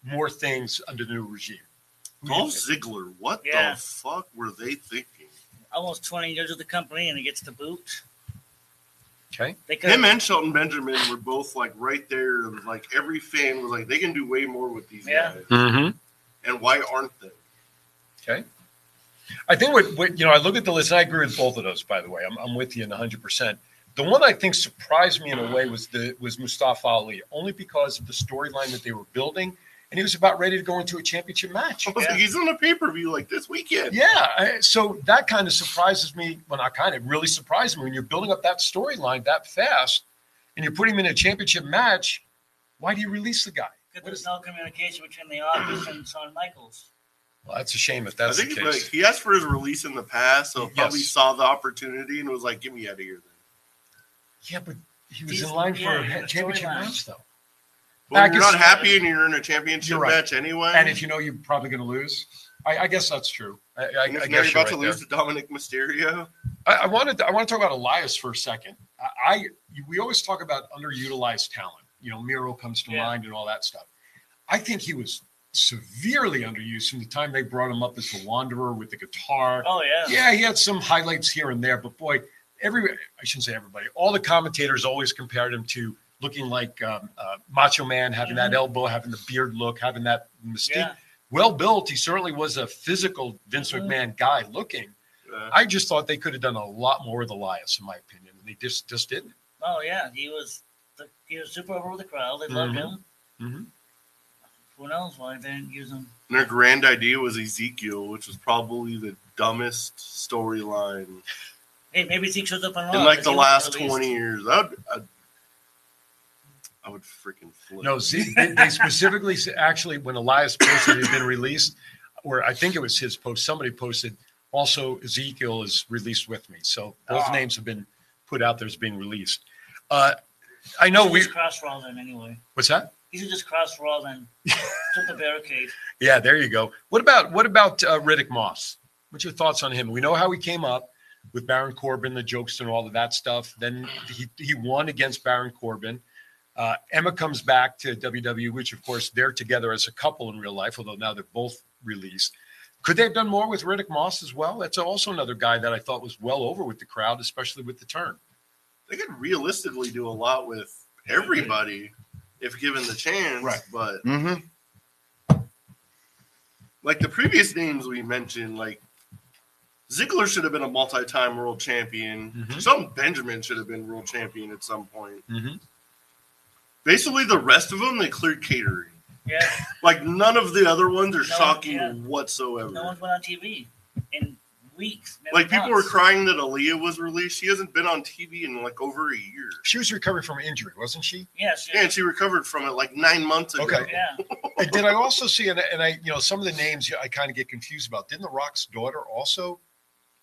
[SPEAKER 3] more things under the new regime?
[SPEAKER 5] Dolph Ziggler, what
[SPEAKER 6] Yeah.
[SPEAKER 5] the fuck were they thinking?
[SPEAKER 6] Almost 20 years with the company and he gets the boot.
[SPEAKER 3] Okay.
[SPEAKER 6] They could-
[SPEAKER 5] Him and Shelton Benjamin were both like right there. It was like every fan was like, they can do way more with these
[SPEAKER 6] Yeah.
[SPEAKER 5] guys.
[SPEAKER 3] Mm-hmm.
[SPEAKER 5] And why aren't they?
[SPEAKER 3] Okay. I think what, what you know, I look at the list and I agree with both of those, by the way. I'm, I'm with you in 100%. The one I think surprised me in a way was the was Mustafa Ali, only because of the storyline that they were building, and he was about ready to go into a championship match.
[SPEAKER 5] was like, he's on a pay per view like this weekend.
[SPEAKER 3] Yeah, I- so that kind of surprises me. Well, not kind of, really surprised me when you're building up that storyline that fast, and you're putting him in a championship match. Why do you release the guy?
[SPEAKER 6] Because there's no communication between the office and Shawn Michaels.
[SPEAKER 3] Well, that's a shame if that's
[SPEAKER 5] I think
[SPEAKER 3] the
[SPEAKER 5] like,
[SPEAKER 3] case.
[SPEAKER 5] he asked for his release in the past, so probably
[SPEAKER 3] Yes.
[SPEAKER 5] saw the opportunity and was like, "Get me out of here."
[SPEAKER 3] yeah, but he was
[SPEAKER 5] He's-
[SPEAKER 3] in line for
[SPEAKER 5] yeah,
[SPEAKER 3] a
[SPEAKER 5] the
[SPEAKER 3] championship
[SPEAKER 5] storyline.
[SPEAKER 3] match, though.
[SPEAKER 5] Well,
[SPEAKER 3] I
[SPEAKER 5] you're
[SPEAKER 3] guess-
[SPEAKER 5] not happy and you're in a championship
[SPEAKER 3] You're right.
[SPEAKER 5] match anyway.
[SPEAKER 3] And if you know you're probably going to lose, I, I guess that's true. I, I, I
[SPEAKER 5] And if
[SPEAKER 3] guess
[SPEAKER 5] now
[SPEAKER 3] you're
[SPEAKER 5] you're about
[SPEAKER 3] right
[SPEAKER 5] to
[SPEAKER 3] there.
[SPEAKER 5] lose to Dominic Mysterio,
[SPEAKER 3] I, I wanted to, I want to talk about Elias for a second. I, I we always talk about underutilized talent. You know, Miro comes to mind and all that stuff. I think he was severely underused from the time they brought him up as the Wanderer with the guitar.
[SPEAKER 6] Oh, yeah.
[SPEAKER 3] yeah. He had some highlights here and there, but boy, every I shouldn't say everybody. All the commentators always compared him to looking like um, uh, Macho Man, having that
[SPEAKER 6] Mhm.
[SPEAKER 3] elbow, having the beard look, having that mystique.
[SPEAKER 6] Yeah.
[SPEAKER 3] Well built, he certainly was a physical Vince
[SPEAKER 6] Mhm.
[SPEAKER 3] McMahon guy looking.
[SPEAKER 5] uh,
[SPEAKER 3] I just thought they could have done a lot more with Elias, in my opinion, and they just just didn't.
[SPEAKER 6] Oh, yeah. He was the, he was super over with the crowd. They loved
[SPEAKER 3] Mhm.
[SPEAKER 6] him. Who knows why they didn't use him?
[SPEAKER 5] and their grand idea was Ezekiel, which was probably the dumbest storyline
[SPEAKER 6] Hey, maybe Zeke shows up on Raw.
[SPEAKER 5] in like
[SPEAKER 6] but
[SPEAKER 5] the
[SPEAKER 6] he
[SPEAKER 5] last
[SPEAKER 6] wasn't
[SPEAKER 5] twenty
[SPEAKER 6] released.
[SPEAKER 5] years. I would, I, I would freaking flip.
[SPEAKER 3] No, see, they, they specifically s- actually when Elias posted had been released, or I think it was his post. Somebody posted also Ezekiel is released with me. So both
[SPEAKER 6] Ah.
[SPEAKER 3] names have been put out there as being released. Uh, I know
[SPEAKER 6] He should
[SPEAKER 3] we.
[SPEAKER 6] just cross Raw then anyway.
[SPEAKER 3] What's that?
[SPEAKER 6] He should just cross Raw then. Took the barricade.
[SPEAKER 3] Yeah, there you go. What about what about uh, Riddick Moss? What's your thoughts on him? We know how he came up with Baron Corbin, the jokes and all of that stuff. Then he he won against Baron Corbin. Uh, Emma comes back to WWE, which of course they're together as a couple in real life, although now they're both released. Could they have done more with Riddick Moss as well? That's also another guy that I thought was well over with the crowd, especially with the turn.
[SPEAKER 5] they could realistically do a lot with everybody if given the chance. But
[SPEAKER 1] Mm-hmm.
[SPEAKER 5] like the previous names we mentioned, like Ziggler should have been a multi-time world champion. Some Benjamin should have been world champion at some point.
[SPEAKER 3] Mm-hmm.
[SPEAKER 5] Basically, the rest of them they cleared catering.
[SPEAKER 6] Yeah.
[SPEAKER 5] Like none of the other ones are
[SPEAKER 6] No,
[SPEAKER 5] shocking
[SPEAKER 6] yeah.
[SPEAKER 5] whatsoever.
[SPEAKER 6] No one's been on TV in weeks. maybe
[SPEAKER 5] like people were
[SPEAKER 6] months.
[SPEAKER 5] crying that Aaliyah was released. She hasn't been on TV in like over a year.
[SPEAKER 3] She was recovering from injury, wasn't she?
[SPEAKER 6] Yes.
[SPEAKER 5] Yeah, and she recovered from it like nine months ago.
[SPEAKER 3] Okay. And did I also see, and, and I, you know, some of the names I kind of get confused about. Didn't The Rock's daughter also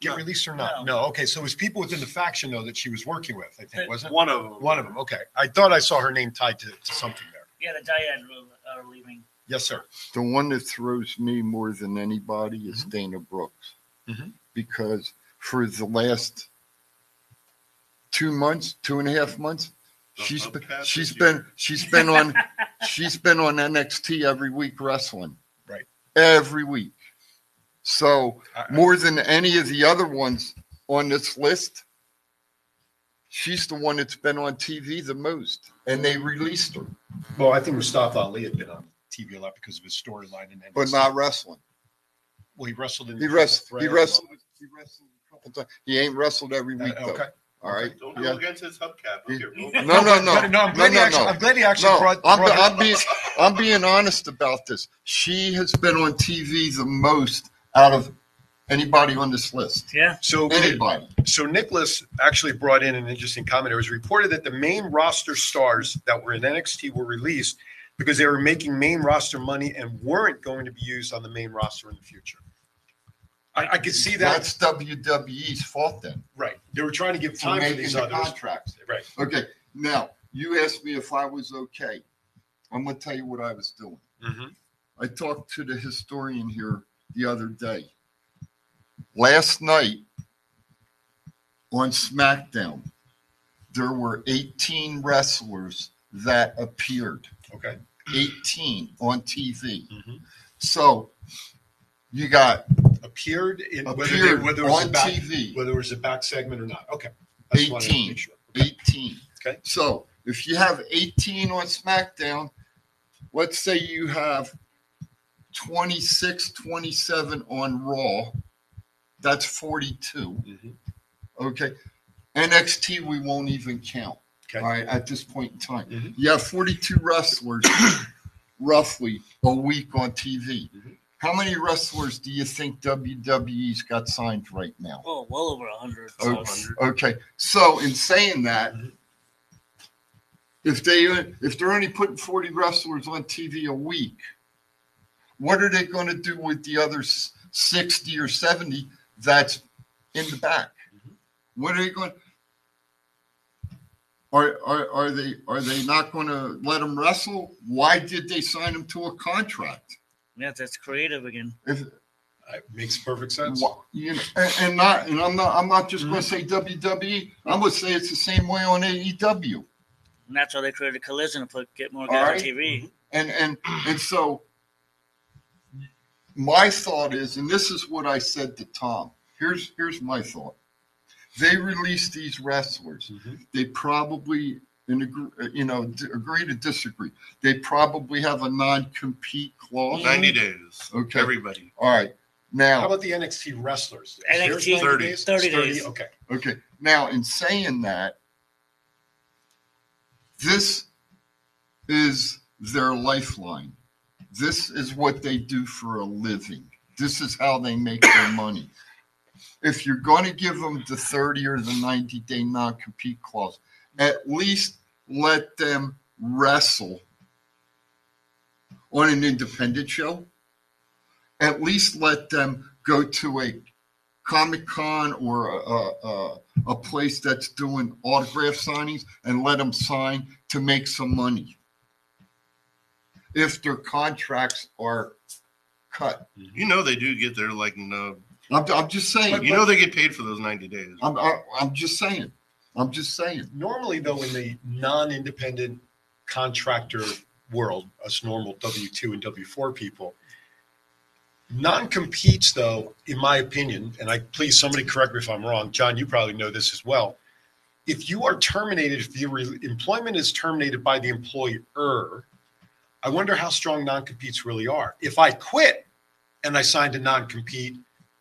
[SPEAKER 3] get released or not? No. Uh, Okay. So it was people within the faction, though, that she was working with, I think, wasn't it?
[SPEAKER 5] One of them.
[SPEAKER 3] One of them. Okay. I thought I saw her name tied to, to something there.
[SPEAKER 6] Yeah, the dyad were- are leaving.
[SPEAKER 3] Yes, sir.
[SPEAKER 1] The one that throws me more than anybody is Dana Brooks because for the last two months, two and a half months, she's been, she's been she's been on she's been on NXT every week wrestling
[SPEAKER 3] Right.
[SPEAKER 1] every week. So more than any of the other ones on this list, she's the one that's been on TV the most, and they released her,
[SPEAKER 3] Well, I think Mustafa Ali had been on TV a lot because of his storyline and
[SPEAKER 1] but not wrestling.
[SPEAKER 3] Well, he wrestled in.
[SPEAKER 1] He
[SPEAKER 3] Triple
[SPEAKER 1] wrestled. He
[SPEAKER 3] Threat.
[SPEAKER 1] wrestled. He wrestled a couple times. He ain't wrestled every week
[SPEAKER 3] Uh,
[SPEAKER 1] though.
[SPEAKER 3] okay.
[SPEAKER 1] All right.
[SPEAKER 5] Don't
[SPEAKER 1] Yeah.
[SPEAKER 5] go against his hubcap.
[SPEAKER 1] He-
[SPEAKER 5] Okay,
[SPEAKER 1] No,
[SPEAKER 5] roll.
[SPEAKER 1] no, no, no,
[SPEAKER 3] but- no, I'm glad he
[SPEAKER 1] no,
[SPEAKER 3] actually-
[SPEAKER 1] no.
[SPEAKER 3] I'm glad he actually
[SPEAKER 1] No,
[SPEAKER 3] brought-
[SPEAKER 1] I'm,
[SPEAKER 3] brought it
[SPEAKER 1] I'm
[SPEAKER 3] up.
[SPEAKER 1] being, I'm being honest about this. She has been on TV the most out of anybody on this list.
[SPEAKER 6] Yeah.
[SPEAKER 3] So
[SPEAKER 1] anybody.
[SPEAKER 3] So Nicholas actually brought in an interesting comment. It was reported that the main roster stars that were in NXT were released because they were making main roster money and weren't going to be used on the main roster in the future. I, I could see that.
[SPEAKER 1] That's WWE's fault then.
[SPEAKER 3] right. They were trying to give
[SPEAKER 1] For
[SPEAKER 3] time for
[SPEAKER 1] making
[SPEAKER 3] these
[SPEAKER 1] the
[SPEAKER 3] others.
[SPEAKER 1] contracts.
[SPEAKER 3] Right.
[SPEAKER 1] Okay. Now you asked me if I was okay. I'm going to tell you what I was doing.
[SPEAKER 3] Mm-hmm.
[SPEAKER 1] I talked to the historian here the other day. Last night on SmackDown, there were 18 wrestlers that appeared.
[SPEAKER 3] Okay.
[SPEAKER 1] 18 on TV. So you got
[SPEAKER 3] Appeared in whether, they,
[SPEAKER 1] Appeared
[SPEAKER 3] whether it was a
[SPEAKER 1] on
[SPEAKER 3] back,
[SPEAKER 1] TV.
[SPEAKER 3] whether it was a back segment or not. Okay. I just wanted to
[SPEAKER 1] 18.
[SPEAKER 3] make sure.
[SPEAKER 1] 18. Okay. So if you have 18 on SmackDown, let's say you have 26, 27 on Raw, that's 42.
[SPEAKER 3] Mm-hmm.
[SPEAKER 1] Okay. NXT, we won't even count. All right. At this point in time, you have 42 wrestlers roughly a week on TV. How many wrestlers do you think WWE's got signed right now?
[SPEAKER 6] Oh, well over a hundred.
[SPEAKER 1] O- Oh, Okay, so in saying that, if they if they're only putting forty wrestlers on TV a week, what are they going to do with the other s- sixty or seventy that's in the back? What are they going? Are, are are they are they not going to let them wrestle? Why did they sign them to a contract?
[SPEAKER 6] Yeah, that's creative again.
[SPEAKER 1] If,
[SPEAKER 3] Makes perfect sense.
[SPEAKER 1] Wha- you know, and, and not, and I'm not, I'm not just going to say WWE. I'm going to say it's the same way on E AEW.
[SPEAKER 6] And that's why they created a collision to put get more
[SPEAKER 1] All
[SPEAKER 6] guys
[SPEAKER 1] right.
[SPEAKER 6] on TV.
[SPEAKER 1] And and and so, my thought is, and this is what I said to Tom. Here's here's my thought. They release these wrestlers. They probably, in agree, you know, d- agree to disagree. They probably have a non-compete clause.
[SPEAKER 5] 90 days.
[SPEAKER 1] Okay.
[SPEAKER 5] Everybody.
[SPEAKER 1] All right. Now,
[SPEAKER 3] How about the NXT wrestlers? Is
[SPEAKER 6] NXT,
[SPEAKER 3] theirs 90
[SPEAKER 6] 30. 30 days.
[SPEAKER 3] Okay.
[SPEAKER 1] Okay. Now, in saying that, this is their lifeline. This is what they do for a living. This is how they make their money. If you're going to give them the 30 or the 90 day non compete clause, at least let them wrestle on an independent show. At least let them go to a Comic Con or a, a, a, a place that's doing autograph signings and let them sign to make some money if their contracts are cut.
[SPEAKER 5] You know they do get their like no.
[SPEAKER 1] I'm, I'm just saying.
[SPEAKER 5] You know they get paid for those ninety days.
[SPEAKER 1] I'm, I, I'm just saying. I'm just saying.
[SPEAKER 3] Normally, though, in the non-independent contractor world, us normal W two and W four people, non-competes, though, in my opinion, and I please somebody correct me if I'm wrong, John, you probably know this as well. If you are terminated, if your re- employment is terminated by the employer, I wonder how strong non-competes really are. If I quit and I signed a non-compete,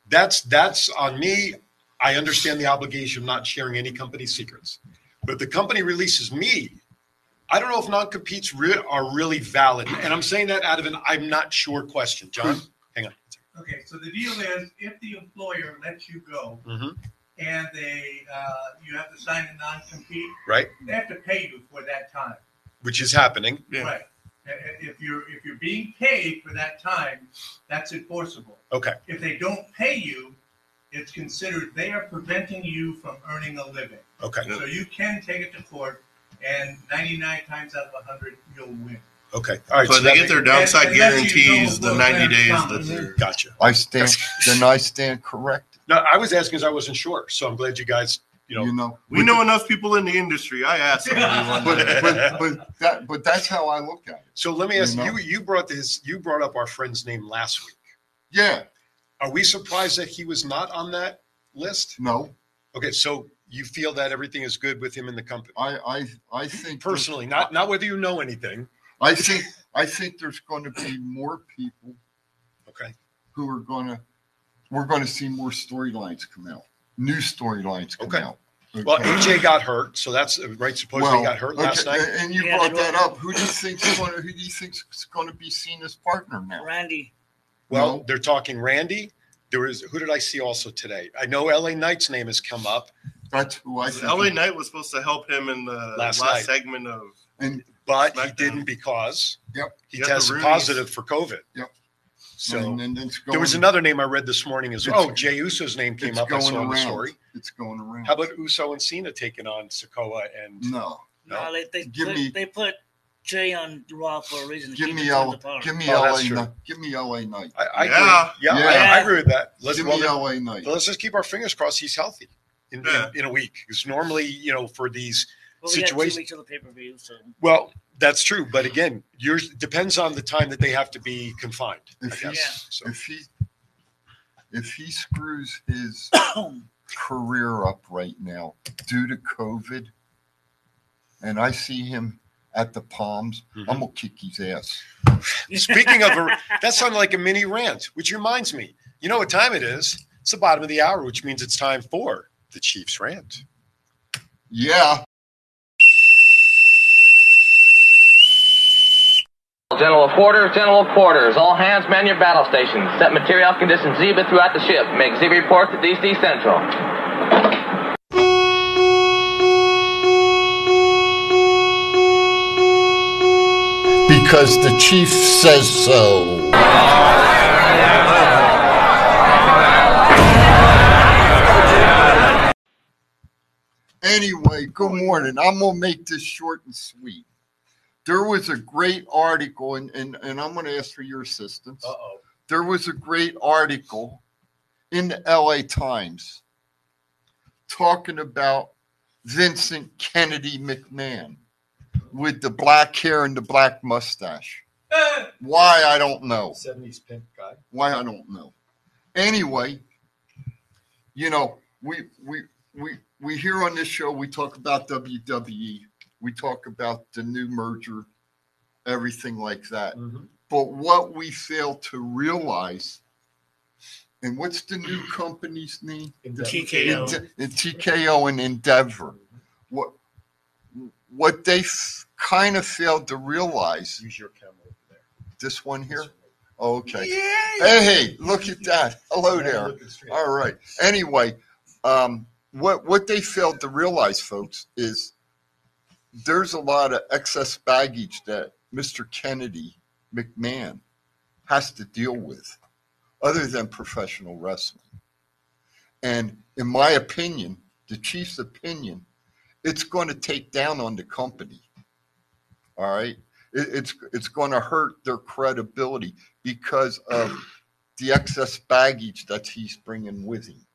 [SPEAKER 3] that's that's on me. I understand the obligation of not sharing any company secrets. But if the company releases me, I don't know if non-competes re- are really valid. And I'm saying that out of an I'm not sure question. John,
[SPEAKER 1] Hmm.
[SPEAKER 3] hang on.
[SPEAKER 4] Okay, so the deal is if the employer lets you go
[SPEAKER 3] Mhm.
[SPEAKER 1] Mm-hmm.
[SPEAKER 4] and they uh, you have to sign a non-compete,
[SPEAKER 3] Right?
[SPEAKER 4] they have to pay you for that time.
[SPEAKER 3] Which is happening.
[SPEAKER 4] Right. I- i- If you're if you're being paid for that time, that's enforceable.
[SPEAKER 3] Okay.
[SPEAKER 4] If they don't pay you, it's considered they are preventing you from earning a living.
[SPEAKER 3] Okay.
[SPEAKER 4] So you can take it to court, and 99 times out of 100, you'll win.
[SPEAKER 3] Okay. All right.
[SPEAKER 5] So they
[SPEAKER 3] that
[SPEAKER 5] get their
[SPEAKER 3] makes-
[SPEAKER 5] downside
[SPEAKER 4] And- and that's you
[SPEAKER 5] guarantees
[SPEAKER 4] know
[SPEAKER 5] the
[SPEAKER 4] what
[SPEAKER 5] ninety days
[SPEAKER 4] I'm
[SPEAKER 5] that
[SPEAKER 4] saying.
[SPEAKER 5] they're.
[SPEAKER 3] Gotcha.
[SPEAKER 1] I stand. then I stand correct.
[SPEAKER 3] No, I was asking because I wasn't sure. So I'm glad you guys, you know,
[SPEAKER 1] You know.
[SPEAKER 5] We know enough people in the industry. I asked somebody one
[SPEAKER 1] But, but,
[SPEAKER 5] day.
[SPEAKER 1] but that but that's how I look at it.
[SPEAKER 3] So let me ask
[SPEAKER 1] You
[SPEAKER 3] you.
[SPEAKER 1] know?
[SPEAKER 3] You brought this. You brought up our friend's name last week.
[SPEAKER 1] Yeah.
[SPEAKER 3] Are we surprised that he was not on that list?
[SPEAKER 1] No.
[SPEAKER 3] Okay, so you feel that everything is good with him in the company?
[SPEAKER 1] I I I think
[SPEAKER 3] personally, not not whether you know anything.
[SPEAKER 1] I think I think there's going to be more people.
[SPEAKER 3] Okay.
[SPEAKER 1] Who are going to we're going to see more storylines come out, new storylines come out.
[SPEAKER 3] Well, AJ got hurt, so that's uh, right. Supposedly he got hurt last
[SPEAKER 1] okay, uh,
[SPEAKER 3] night.
[SPEAKER 1] and you brought that up. Who do you think's going to who do you think's going to be seen as partner now?
[SPEAKER 6] Randy.
[SPEAKER 3] Well, they're talking Randy. There is who did I see also today? I know LA Knight's name has come up.
[SPEAKER 1] That's who I think
[SPEAKER 5] LA Knight was supposed to help him in the last,
[SPEAKER 3] Last night.
[SPEAKER 5] segment of.
[SPEAKER 1] And
[SPEAKER 3] but he didn't because
[SPEAKER 1] Yep.
[SPEAKER 3] he
[SPEAKER 5] Yeah, the
[SPEAKER 3] tested
[SPEAKER 5] Rooneys.
[SPEAKER 3] positive for COVID.
[SPEAKER 1] Yep.
[SPEAKER 3] So
[SPEAKER 1] And then it's
[SPEAKER 3] there was
[SPEAKER 1] going-
[SPEAKER 3] another name I read this morning as well.
[SPEAKER 1] It's-
[SPEAKER 3] Oh, Jay Uso's name came
[SPEAKER 1] it's
[SPEAKER 3] up. I
[SPEAKER 1] going
[SPEAKER 3] saw in the
[SPEAKER 1] around.
[SPEAKER 3] story.
[SPEAKER 1] It's going around.
[SPEAKER 3] How about Uso and Cena taking on Sokoa and
[SPEAKER 1] No.
[SPEAKER 6] No, they they
[SPEAKER 1] Give
[SPEAKER 6] put,
[SPEAKER 1] me-
[SPEAKER 6] they put Jay on Raw for a reason. to
[SPEAKER 1] Give
[SPEAKER 6] keep
[SPEAKER 1] me
[SPEAKER 6] him under
[SPEAKER 1] L.
[SPEAKER 6] the power.
[SPEAKER 1] Give me
[SPEAKER 3] Oh,
[SPEAKER 1] LA.
[SPEAKER 3] that's true.
[SPEAKER 1] Knight. Give me LA Knight.
[SPEAKER 3] I, I
[SPEAKER 1] Yeah.
[SPEAKER 3] agree. Yeah,
[SPEAKER 1] Yeah.
[SPEAKER 3] I, I agree with that. Let's
[SPEAKER 1] Give
[SPEAKER 3] well,
[SPEAKER 1] me
[SPEAKER 3] then-
[SPEAKER 1] LA Knight.
[SPEAKER 3] Let's just keep our fingers crossed he's healthy in, in- in, a week. Because normally, you know, for these
[SPEAKER 6] Well, we got two
[SPEAKER 3] situations,
[SPEAKER 6] weeks of the pay per view, so
[SPEAKER 3] well, that's true. But again, yours depends on the time that they have to be confined. I
[SPEAKER 1] If he,
[SPEAKER 3] guess. So
[SPEAKER 1] if he if he screws his career up right now due to COVID, and I see him at the Palms, I'm gonna kick his ass.
[SPEAKER 3] Speaking of, a, that sounded like a mini rant, which reminds me, you know what time it is? It's the bottom of the hour, which means it's time for the Chiefs rant.
[SPEAKER 1] Yeah.
[SPEAKER 13] General of quarters, general of quarters. All hands man your battle stations. Set material condition Zebra throughout the ship. Make Zebra reports to DC Central.
[SPEAKER 14] Because the chief says so.
[SPEAKER 1] Anyway, good morning. I'm gonna make this short and sweet. There was a great article, and and, and I'm gonna ask for your assistance.
[SPEAKER 3] Uh-oh.
[SPEAKER 1] There was a great article in the LA Times talking about Vincent Kennedy McMahon with the black hair and the black mustache. Why I don't know.
[SPEAKER 3] 70s pimp guy.
[SPEAKER 1] Why I don't know. Anyway, you know, we we we we here on this show we talk about WWE, we talk about the new merger, everything like that. But what we fail to realize, and what's the new company's name?
[SPEAKER 15] TKO.
[SPEAKER 1] Ende- and TKO and Endeavor. What what they kind of failed to realize.
[SPEAKER 3] Use your camera over
[SPEAKER 1] there. This one here. Oh, Okay.
[SPEAKER 3] Yay!
[SPEAKER 1] Hey, look at that. Hello there. All right. Anyway, um, what what they failed to realize, folks, is there's a lot of excess baggage that Mr. Kennedy McMahon has to deal with, other than professional wrestling. And in my opinion, the Chiefs' opinion, it's going to take down on the company. All right, it, it's it's going to hurt their credibility because of the excess baggage that he's bringing with him.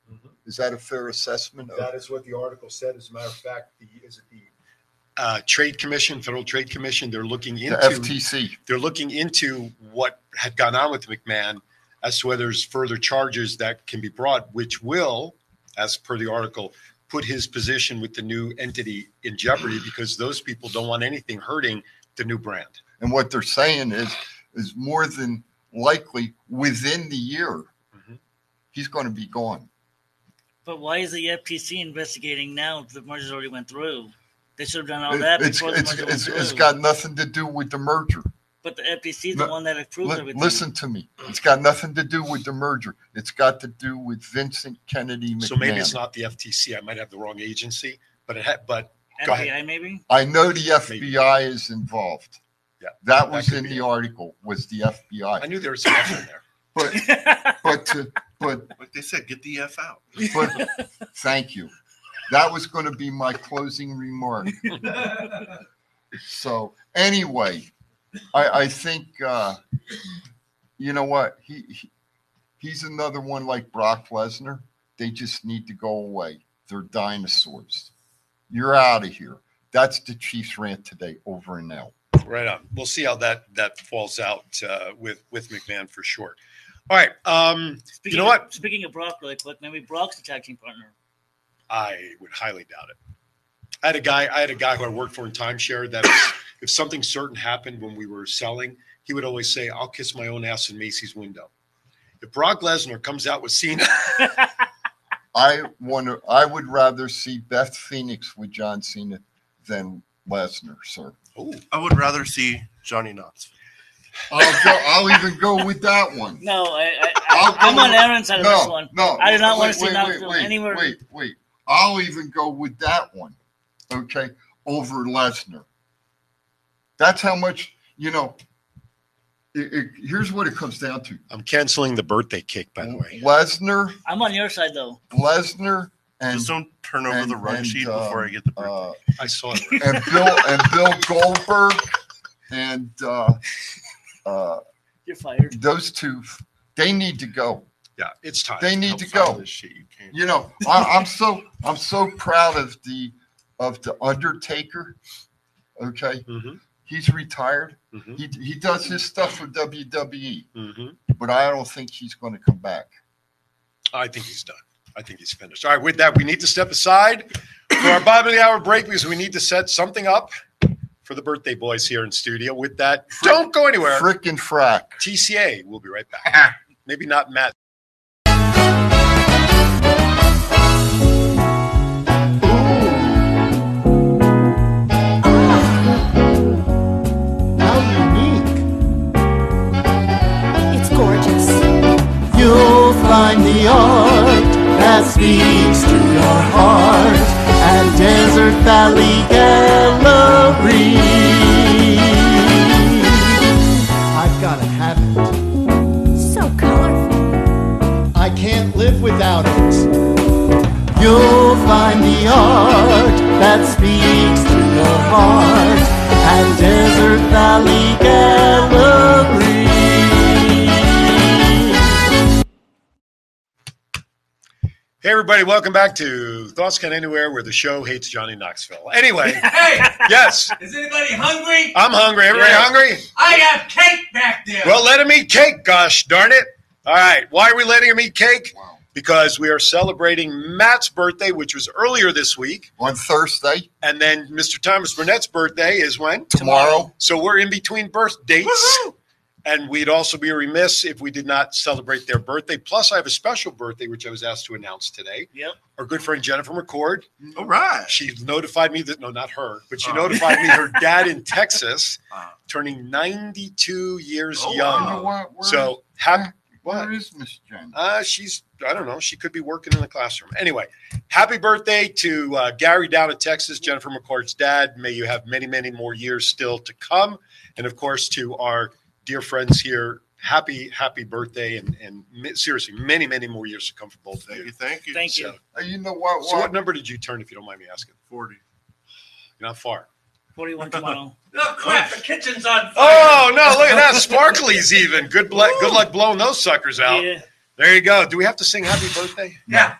[SPEAKER 1] Is that a fair assessment? Of,
[SPEAKER 3] Mm-hmm. That is what the article said. As a matter of fact, the is it the uh, Trade Commission, Federal Trade Commission, they're looking into
[SPEAKER 1] FTC.
[SPEAKER 3] They're looking into what had gone on with McMahon as to whether there's further charges that can be brought, which will, as per the article, put his position with the new entity in jeopardy because those people don't want anything hurting the new brand.
[SPEAKER 1] and what they're saying is is more than likely within the year,
[SPEAKER 3] Mm-hmm.
[SPEAKER 1] he's going to be gone.
[SPEAKER 6] But why is the FTC investigating now? if The merger's already went through. They should have done all
[SPEAKER 1] It-
[SPEAKER 6] that
[SPEAKER 1] it's,
[SPEAKER 6] before the
[SPEAKER 1] it's,
[SPEAKER 6] merger went
[SPEAKER 1] it's,
[SPEAKER 6] through.
[SPEAKER 1] it's got nothing to do with the merger.
[SPEAKER 6] but the FTC is the
[SPEAKER 1] No,
[SPEAKER 6] one that approved
[SPEAKER 1] Li-
[SPEAKER 6] everything.
[SPEAKER 1] listen to me. It's got nothing to do with the merger. It's got to do with Vincent Kennedy McMahon.
[SPEAKER 3] So maybe it's not the FTC. I might have the wrong agency, but it ha- but go
[SPEAKER 6] FBI
[SPEAKER 3] ahead.
[SPEAKER 6] maybe.
[SPEAKER 1] I know the FBI is involved.
[SPEAKER 3] Yeah,
[SPEAKER 1] that was in the article. Was the FBI?
[SPEAKER 3] I knew there was an F in there.
[SPEAKER 1] But but to, but
[SPEAKER 5] Like they said, get the F out.
[SPEAKER 1] but thank you. That was going to be my closing remark. So anyway, I, I think uh, you know what he, he he's another one like Brock Lesnar. They just need to go away. They're dinosaurs. You're out of here. That's the Chiefs rant today. Over and out.
[SPEAKER 3] Right on. We'll see how that that falls out uh, with with McMahon for sure. All right. Um, you
[SPEAKER 6] Speaking
[SPEAKER 3] know
[SPEAKER 6] of-
[SPEAKER 3] what?
[SPEAKER 6] Speaking of Brock, really quick, maybe Brock's the tag team partner.
[SPEAKER 3] I would highly doubt it. I had a guy. I had a guy who I worked for in timeshare that was, if something certain happened when we were selling, he would always say, "I'll kiss my own ass in Macy's window." If Brock Lesnar comes out with Cena,
[SPEAKER 1] I wonder. I would rather see Beth Phoenix with John Cena than Lesnar, sir.
[SPEAKER 5] I would rather see Johnny Knoxville.
[SPEAKER 1] I'll, go, I'll even go with that one.
[SPEAKER 6] No, I, I, I I'm on Aaron's side of
[SPEAKER 1] no,
[SPEAKER 6] this one.
[SPEAKER 1] No,
[SPEAKER 6] I do not want
[SPEAKER 1] wait,
[SPEAKER 6] to see
[SPEAKER 1] wait,
[SPEAKER 6] Knoxville
[SPEAKER 1] wait, wait,
[SPEAKER 6] anywhere.
[SPEAKER 1] Wait, wait. I'll even go with that one. Okay, over Lesnar. That's how much you know. It, it, here's what it comes down to:
[SPEAKER 3] I'm canceling the birthday cake. By
[SPEAKER 1] Oh,
[SPEAKER 3] the way,
[SPEAKER 1] Lesnar,
[SPEAKER 6] I'm on your side though.
[SPEAKER 1] Lesnar, and
[SPEAKER 5] Just don't turn over
[SPEAKER 1] and-
[SPEAKER 5] the run
[SPEAKER 1] and,
[SPEAKER 5] sheet before I
[SPEAKER 1] um,
[SPEAKER 5] get the birthday.
[SPEAKER 3] I saw it.
[SPEAKER 1] and Bill and Bill Goldberg and uh, uh,
[SPEAKER 6] You're fired.
[SPEAKER 1] Those two, they need to go.
[SPEAKER 3] Yeah, it's time.
[SPEAKER 1] They need to go. You know, I, I'm so I'm so proud of the of the Undertaker. Okay, he's retired. He he does his stuff for WWE, but I don't think he's going to come back.
[SPEAKER 3] I think he's done. I think he's finished. All right, with that, we need to step aside for our bottom of the hour break because we need to set something up for the birthday boys here in studio. With that, don't go anywhere.
[SPEAKER 1] Frickin' frack.
[SPEAKER 3] TCA, we'll be right back. Maybe not Matt.
[SPEAKER 15] How unique. It's gorgeous. You'll find the art that speaks to your heart at Desert Valley Gallery. I've got to have it. So colorful. I can't live without it. You'll find the art that speaks to your heart at Desert Valley Gallery.
[SPEAKER 3] Hey, everybody, welcome back to Thoughts Can Anywhere, where the show hates Johnny Knoxville. Anyway, hey, yes,
[SPEAKER 4] Is anybody hungry?
[SPEAKER 3] I'm hungry. Everybody
[SPEAKER 4] Yeah.
[SPEAKER 3] hungry?
[SPEAKER 4] I have cake back there.
[SPEAKER 3] Well, let him eat cake, gosh darn it. All right. Why are we letting him eat cake? Because we are celebrating Matt's birthday, which was earlier this week.
[SPEAKER 1] On Thursday.
[SPEAKER 3] And then Mr. Thomas Burnett's birthday is when?
[SPEAKER 1] Tomorrow.
[SPEAKER 3] So we're in between birth dates. And we'd also be remiss if we did not celebrate their birthday. Plus, I have a special birthday, which I was asked to announce today.
[SPEAKER 6] Yep.
[SPEAKER 3] Our good friend Jennifer McCord.
[SPEAKER 5] All right.
[SPEAKER 3] She notified me that, no, not her, but she
[SPEAKER 1] Uh-huh.
[SPEAKER 5] Oh.
[SPEAKER 3] notified me her dad in Texas turning 92 years
[SPEAKER 1] Oh,
[SPEAKER 3] young.
[SPEAKER 1] wow. Where- where-
[SPEAKER 3] so, happy.
[SPEAKER 1] Where is Miss Jen?
[SPEAKER 3] Uh, she's, I don't know, she could be working in the classroom. Anyway, happy birthday to uh, Gary down in Texas, Jennifer McCord's dad. May you have many, many more years still to come. And of course, to our dear friends here, happy, happy birthday. And, and mi- seriously, many, many more years to come for both of you.
[SPEAKER 5] Thank you.
[SPEAKER 6] Thank you.
[SPEAKER 1] Uh, You know what?
[SPEAKER 3] So, what number did you turn, if you don't mind me asking?
[SPEAKER 5] 40.
[SPEAKER 3] You're not far.
[SPEAKER 6] 41 tomorrow.
[SPEAKER 4] Oh, crap. The kitchen's on fire.
[SPEAKER 3] Oh no! Look at that, sparklies even. Good luck. Good luck blowing those suckers out.
[SPEAKER 4] Yeah.
[SPEAKER 3] There you go. Do we have to sing "Happy Birthday"?
[SPEAKER 4] Yeah.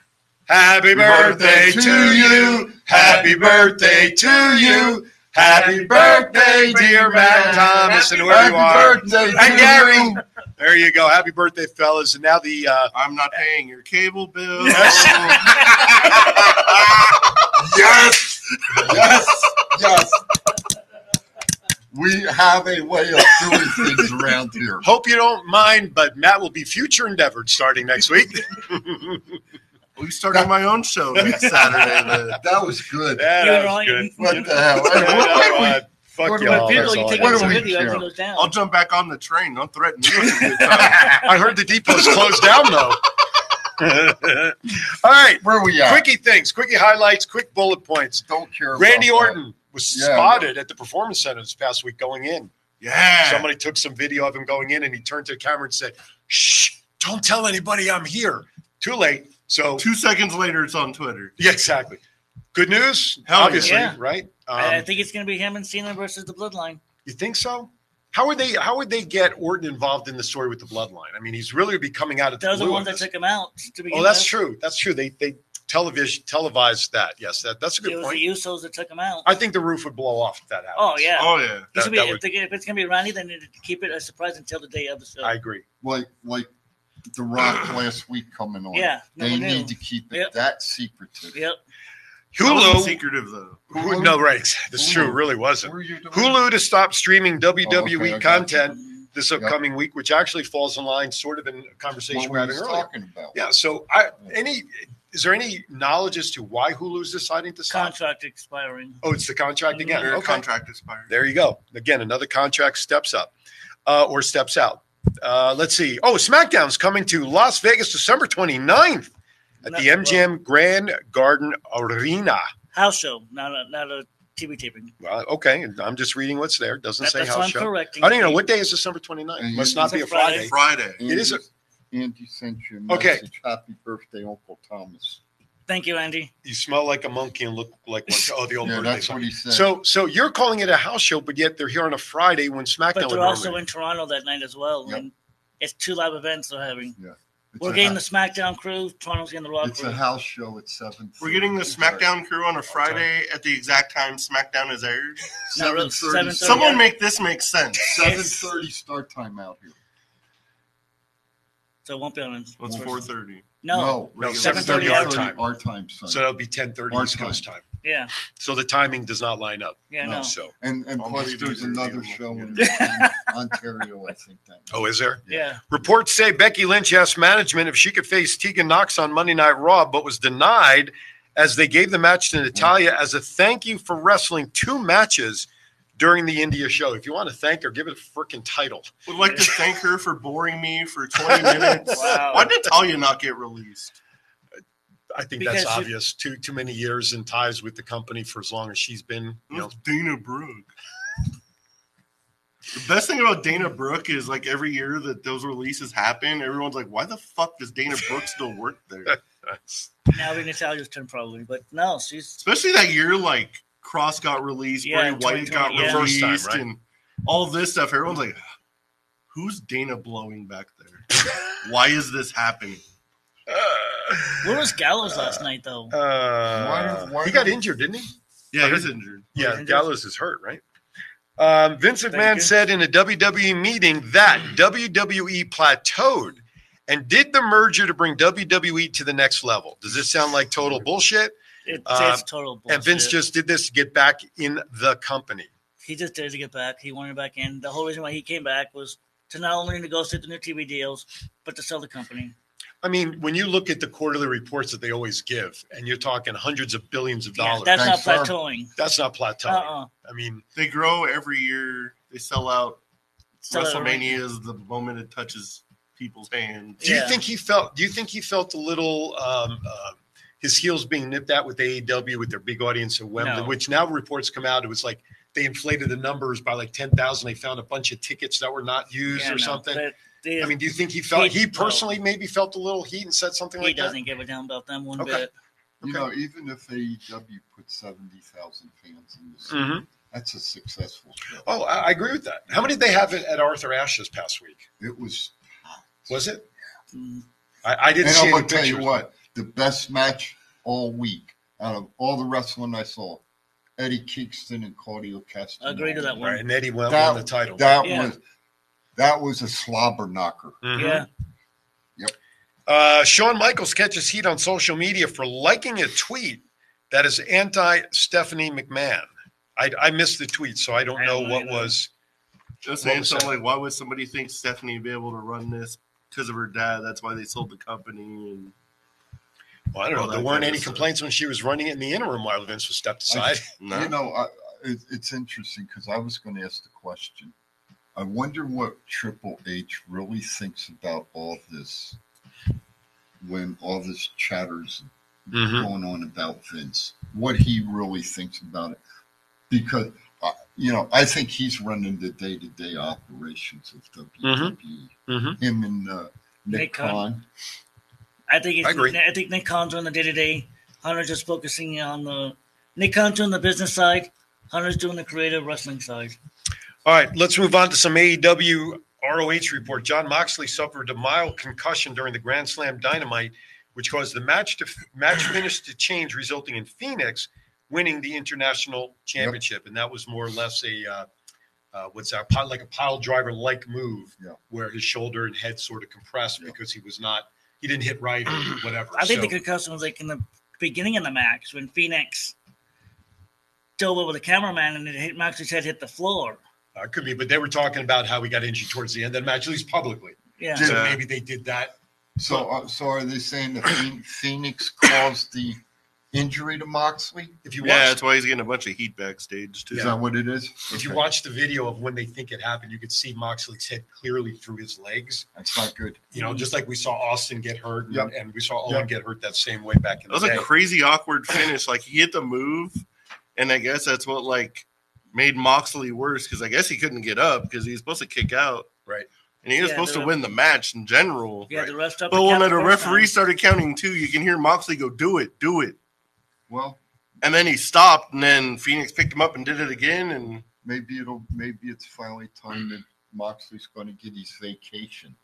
[SPEAKER 3] Happy birthday to you. Happy birthday to you. Happy birthday, dear Matt Thomas, and where you are.
[SPEAKER 1] Happy birthday to
[SPEAKER 3] and Gary. There you go. Happy birthday, fellas. And now the uh,
[SPEAKER 5] I'm not paying your cable bill.
[SPEAKER 1] Yes, yes, yes. We have a way of doing things around here.
[SPEAKER 3] Hope you don't mind, but Matt will be future endeavored starting next week.
[SPEAKER 5] we started my own show next Saturday. Then.
[SPEAKER 1] That was good.
[SPEAKER 3] That
[SPEAKER 5] You're
[SPEAKER 3] was
[SPEAKER 5] right.
[SPEAKER 3] good. uh,
[SPEAKER 1] What the hell? What
[SPEAKER 5] Yeah,
[SPEAKER 1] do
[SPEAKER 5] all
[SPEAKER 1] we-
[SPEAKER 5] right.
[SPEAKER 3] Fuck
[SPEAKER 1] what do
[SPEAKER 3] y'all.
[SPEAKER 1] we-
[SPEAKER 3] That's all I
[SPEAKER 1] what do
[SPEAKER 3] got.
[SPEAKER 1] we care?
[SPEAKER 5] I'll jump back on the train. Don't threaten me. with a good
[SPEAKER 3] I heard the depot's closed down though. All right,
[SPEAKER 1] where
[SPEAKER 5] we at?
[SPEAKER 3] Quickie things, quickie highlights, quick bullet points.
[SPEAKER 1] Don't care.
[SPEAKER 3] Randy
[SPEAKER 1] about that.
[SPEAKER 3] Orton was
[SPEAKER 1] uh, Yeah.
[SPEAKER 3] spotted at the performance center this past week going in.
[SPEAKER 5] Yeah.
[SPEAKER 3] Somebody took some video of him going in, and he turned to the camera and said, "Shh, don't tell anybody I'm here." Too late. So
[SPEAKER 5] Two seconds later, it's on Twitter.
[SPEAKER 3] Yeah, exactly. Good news,
[SPEAKER 5] Hell yeah.
[SPEAKER 3] obviously,
[SPEAKER 5] Yeah.
[SPEAKER 3] right?
[SPEAKER 6] I, I
[SPEAKER 3] Um,
[SPEAKER 6] think it's going to be him and Cena versus the Bloodline.
[SPEAKER 3] You think so? How would they? How would they get Orton involved in the story with the bloodline? I mean, he's really be coming out of the
[SPEAKER 6] Those are the
[SPEAKER 3] blue. on
[SPEAKER 6] ones that
[SPEAKER 3] this.
[SPEAKER 6] took him out to begin
[SPEAKER 3] Oh, that's
[SPEAKER 6] with.
[SPEAKER 3] true. That's true. They they television televised that. Yes, that, that's a
[SPEAKER 6] It
[SPEAKER 3] good
[SPEAKER 6] was
[SPEAKER 3] point.
[SPEAKER 6] the Usos that took him out.
[SPEAKER 3] I think the roof would blow off if that happened.
[SPEAKER 6] Oh yeah. It
[SPEAKER 3] That-
[SPEAKER 6] should be-
[SPEAKER 3] that
[SPEAKER 6] if,
[SPEAKER 3] would-
[SPEAKER 6] they- if it's gonna be Randy, then they need to keep it a surprise until the day of the show.
[SPEAKER 3] I agree.
[SPEAKER 1] Like like The Rock last week coming on.
[SPEAKER 6] Yeah, no
[SPEAKER 1] they
[SPEAKER 6] one knew.
[SPEAKER 1] need to keep it that secretive.
[SPEAKER 6] Yep.
[SPEAKER 3] Hulu.
[SPEAKER 5] secretive though.
[SPEAKER 3] Hulu? No, right. That's true. It really wasn't. Hulu to stop streaming WWE
[SPEAKER 1] Oh, okay, I got
[SPEAKER 3] content this upcoming week, which actually falls in line sort of in a conversation
[SPEAKER 1] What
[SPEAKER 3] we're
[SPEAKER 1] we
[SPEAKER 3] having
[SPEAKER 1] was
[SPEAKER 3] earlier.
[SPEAKER 1] talking about.
[SPEAKER 3] Yeah. So, I any is there any knowledge as to why Hulu's deciding to stop?
[SPEAKER 6] Contract expiring.
[SPEAKER 3] Oh, it's the contract again.
[SPEAKER 6] Their
[SPEAKER 5] contract expired.
[SPEAKER 3] There you go. Again, another contract steps up uh, or steps out. Uh, let's see. Oh, SmackDown's coming to Las Vegas December 29th at the MGM Grand Garden Arena.
[SPEAKER 6] House show, not a, not a TV taping.
[SPEAKER 3] Well, okay, and I'm just reading what's there. Doesn't
[SPEAKER 6] That-
[SPEAKER 3] say
[SPEAKER 6] that's
[SPEAKER 3] house
[SPEAKER 6] what I'm
[SPEAKER 3] show.
[SPEAKER 6] correcting.
[SPEAKER 3] I don't even know what day is December 29th.
[SPEAKER 1] And
[SPEAKER 3] Must
[SPEAKER 1] you-
[SPEAKER 3] not be a Friday. It is. A,
[SPEAKER 1] Andy sent you a
[SPEAKER 3] Okay.
[SPEAKER 1] message. Happy birthday, Uncle Thomas.
[SPEAKER 6] Thank you, Andy.
[SPEAKER 3] you smell like a monkey and look like one. Oh, the old
[SPEAKER 1] Yeah,
[SPEAKER 3] birthday
[SPEAKER 1] that's
[SPEAKER 3] song.
[SPEAKER 1] what he said.
[SPEAKER 3] So, so you're calling it a house show, but yet they're here on a Friday when SmackDown. would
[SPEAKER 6] But they're also
[SPEAKER 3] normally-
[SPEAKER 6] in Toronto that night as well.
[SPEAKER 3] Yep.
[SPEAKER 6] And it's two live events they're having.
[SPEAKER 1] Yeah.
[SPEAKER 6] We're
[SPEAKER 1] a
[SPEAKER 6] getting the
[SPEAKER 1] house-
[SPEAKER 6] SmackDown crew. Toronto's getting the Raw
[SPEAKER 1] It's
[SPEAKER 6] crew.
[SPEAKER 1] a house show at seven.
[SPEAKER 5] We're getting the SmackDown crew on a Friday at the exact time SmackDown is aired.
[SPEAKER 6] No, really, 7:30.
[SPEAKER 5] Someone make this make sense.
[SPEAKER 1] Seven thirty start time out here.
[SPEAKER 6] So it won't be on.
[SPEAKER 5] Well, it's 4:30.
[SPEAKER 6] No,
[SPEAKER 3] no,
[SPEAKER 6] seven
[SPEAKER 3] 7:30
[SPEAKER 6] thirty
[SPEAKER 3] our time.
[SPEAKER 1] Our time, son.
[SPEAKER 3] So that'll be 10:30
[SPEAKER 1] Our
[SPEAKER 3] East Coast time.
[SPEAKER 6] Yeah.
[SPEAKER 3] So the timing does not line up.
[SPEAKER 6] Yeah, no.
[SPEAKER 3] So
[SPEAKER 1] And and
[SPEAKER 3] I'll
[SPEAKER 1] plus,
[SPEAKER 3] believe
[SPEAKER 1] there's
[SPEAKER 3] you.
[SPEAKER 1] another show in Ontario, I think that.
[SPEAKER 3] Oh, is there?
[SPEAKER 6] Yeah.
[SPEAKER 3] Reports say Becky Lynch asked management if she could face Tegan Knox on Monday Night Raw, but was denied as they gave the match to
[SPEAKER 1] Mm.
[SPEAKER 3] Natalia as a thank you for wrestling two matches during the India show. If you want to thank her, give it a freaking title.
[SPEAKER 5] Would like to thank her for boring me for 20 minutes.
[SPEAKER 3] Wow.
[SPEAKER 5] Why did Talia not get released?
[SPEAKER 3] I think
[SPEAKER 5] Because
[SPEAKER 3] that's
[SPEAKER 5] she-
[SPEAKER 3] obvious. Too too many years and ties with the company for as long as she's been. You know,
[SPEAKER 5] Dana Brooke. The best thing about Dana Brooke is like every year that those releases happen, everyone's like, "Why the fuck does Dana Brooke still work there?"
[SPEAKER 6] Hmm. Now we Natalia's turn probably, but no, she's
[SPEAKER 5] Especially that year, like Cross got released, Bray
[SPEAKER 6] Yeah,
[SPEAKER 5] White got
[SPEAKER 6] 2020, yeah.
[SPEAKER 5] released,
[SPEAKER 6] First time, right?
[SPEAKER 5] and all this stuff. Everyone's like, "Who's Dana blowing back there? Why is this happening?"
[SPEAKER 6] Where was Gallows last night though?
[SPEAKER 3] Uh, he got injured, didn't he?
[SPEAKER 5] Yeah, he's injured.
[SPEAKER 3] Yeah, Gallows is hurt, right? Um, Vince McMahon said in a WWE meeting that WWE plateaued and did the merger to bring WWE to the next level. Does this sound like total bullshit?
[SPEAKER 6] It's,
[SPEAKER 3] Uh,
[SPEAKER 6] it's total bullshit.
[SPEAKER 3] And Vince just did this to get back in the company.
[SPEAKER 6] he just did it to get back. He wanted back in. The whole reason why he came back was to not only negotiate the new TV deals, but to sell the company.
[SPEAKER 3] I mean, when you look at the quarterly reports that they always give, and you're talking hundreds of billions of
[SPEAKER 6] Yeah,
[SPEAKER 3] dollars,
[SPEAKER 6] that's not plateauing.
[SPEAKER 3] That's not plateauing.
[SPEAKER 6] Uh-uh.
[SPEAKER 3] I mean,
[SPEAKER 5] They grow every year. They sell out.
[SPEAKER 6] Sell out every-
[SPEAKER 5] WrestleMania is the moment it touches people's hands.
[SPEAKER 3] Do you think he felt? Do you think he felt a little um, uh, his heels being nipped at with AEW with their big audience at Wembley,
[SPEAKER 6] No.
[SPEAKER 3] which now reports come out it was like they inflated the numbers by like ten thousand. They found a bunch of tickets that were not used
[SPEAKER 6] Yeah,
[SPEAKER 3] or
[SPEAKER 6] no,
[SPEAKER 3] something.
[SPEAKER 6] that- they-
[SPEAKER 3] I mean, do you think he felt? He,
[SPEAKER 6] he- no.
[SPEAKER 3] personally maybe felt a little heat and said something
[SPEAKER 6] He
[SPEAKER 3] like that.
[SPEAKER 6] doesn't give a damn about them one
[SPEAKER 3] Okay.
[SPEAKER 6] bit.
[SPEAKER 1] You
[SPEAKER 3] Okay.
[SPEAKER 1] know, even if AEW put seventy thousand fans in
[SPEAKER 6] Mm.
[SPEAKER 1] this,
[SPEAKER 3] Mhm.
[SPEAKER 1] that's a successful show.
[SPEAKER 3] Oh, I, I agree with that. How many did they have at, at Arthur Ashe this past week?
[SPEAKER 1] It was.
[SPEAKER 3] Was it? Mm-hmm. I, I didn't
[SPEAKER 1] and
[SPEAKER 3] see
[SPEAKER 1] I'm
[SPEAKER 3] any
[SPEAKER 1] gonna tell you
[SPEAKER 3] pictures.
[SPEAKER 1] what, the best match all week out of all the wrestling I saw, Eddie Kingston and Claudio Castagnoli.
[SPEAKER 6] Agree to that one. Right,
[SPEAKER 3] and Eddie won-
[SPEAKER 1] That-
[SPEAKER 3] won the title.
[SPEAKER 1] That
[SPEAKER 3] Yeah.
[SPEAKER 1] was that was a slobber knocker.
[SPEAKER 3] Yeah. Uh, Shawn Michaels catches heat on social media for liking a tweet that is anti Stephanie McMahon. I, I missed the tweet, so I don't know what was.
[SPEAKER 5] Just
[SPEAKER 3] what
[SPEAKER 5] saying
[SPEAKER 3] was
[SPEAKER 5] something
[SPEAKER 3] said.
[SPEAKER 5] like, why would somebody think Stephanie would be able to run this because of her dad? That's why they sold the company. And
[SPEAKER 3] Well, I don't
[SPEAKER 5] all
[SPEAKER 3] know. There
[SPEAKER 5] that
[SPEAKER 3] weren't
[SPEAKER 5] kind of
[SPEAKER 3] any
[SPEAKER 5] stuff.
[SPEAKER 3] complaints when she was running it in the interim while Vince was stepped aside.
[SPEAKER 1] I, You know, I, I- it, it's interesting because I was going to ask the question. I wonder what Triple H really thinks about all this when all this chatter's going on about Vince. What he really thinks about it, because uh, you know, I think he's running the day-to-day operations of WWE. Him and uh, Nick,
[SPEAKER 6] Nick Khan.
[SPEAKER 1] Khan.
[SPEAKER 6] I think it's,
[SPEAKER 1] I
[SPEAKER 6] I,
[SPEAKER 1] agree.
[SPEAKER 6] think Nick Khan's on the day to day. Hunter's just focusing on the Nick Khan's doing the business side. Hunter's doing the creative wrestling side.
[SPEAKER 3] All right, let's move on to some E AEW ROH report. John Moxley suffered a mild concussion during the Grand Slam Dynamite, which caused the match to match finish to change, resulting in Phoenix winning the international championship, and that was more or less a uh, uh, what's that, pile, like a pile driver like move
[SPEAKER 1] Yeah.
[SPEAKER 3] where his shoulder and head sort of compressed because he was not, he didn't hit right or whatever.
[SPEAKER 6] I think
[SPEAKER 3] So-
[SPEAKER 6] the concussion was like in the beginning of the match when Phoenix dove over the cameraman and it hit Max's head hit the floor.
[SPEAKER 3] Uh, could be, but they were talking about how he got injured towards the end of the match, at least publicly.
[SPEAKER 6] Yeah.
[SPEAKER 3] So
[SPEAKER 1] Yeah.
[SPEAKER 3] maybe they did that.
[SPEAKER 1] So, uh, so are they saying that Phoen- Phoenix caused the injury to Moxley?
[SPEAKER 3] If you
[SPEAKER 5] yeah,
[SPEAKER 3] watched,
[SPEAKER 5] that's why he's getting a bunch of heat backstage too.
[SPEAKER 1] Is that what it is?
[SPEAKER 3] if you
[SPEAKER 1] Okay.
[SPEAKER 3] watch the video of when they think it happened, you could see Moxley's head clearly through his legs.
[SPEAKER 1] That's not good.
[SPEAKER 3] You know, just like we saw Austin get hurt, and,
[SPEAKER 5] Yep.
[SPEAKER 3] and we saw Owen
[SPEAKER 5] Yep.
[SPEAKER 3] get hurt that same way back in
[SPEAKER 5] That was
[SPEAKER 3] the
[SPEAKER 5] a
[SPEAKER 3] day.
[SPEAKER 5] crazy awkward finish. Like he hit the move, and I guess that's what like made Moxley worse because I guess he couldn't get up because he was supposed to kick out,
[SPEAKER 3] right?
[SPEAKER 5] And he was
[SPEAKER 6] Yeah,
[SPEAKER 5] supposed to
[SPEAKER 6] the-
[SPEAKER 5] win the match in general.
[SPEAKER 6] Yeah, the ref stopped.
[SPEAKER 5] But when
[SPEAKER 6] count
[SPEAKER 5] the
[SPEAKER 6] first
[SPEAKER 5] referee
[SPEAKER 6] time.
[SPEAKER 5] started counting two, you can hear Moxley go, "Do it, do it."
[SPEAKER 1] Well,
[SPEAKER 5] and then he stopped, and then Phoenix picked him up and did it again, and
[SPEAKER 1] maybe it'll maybe it's finally time that Moxley's going to get his vacation.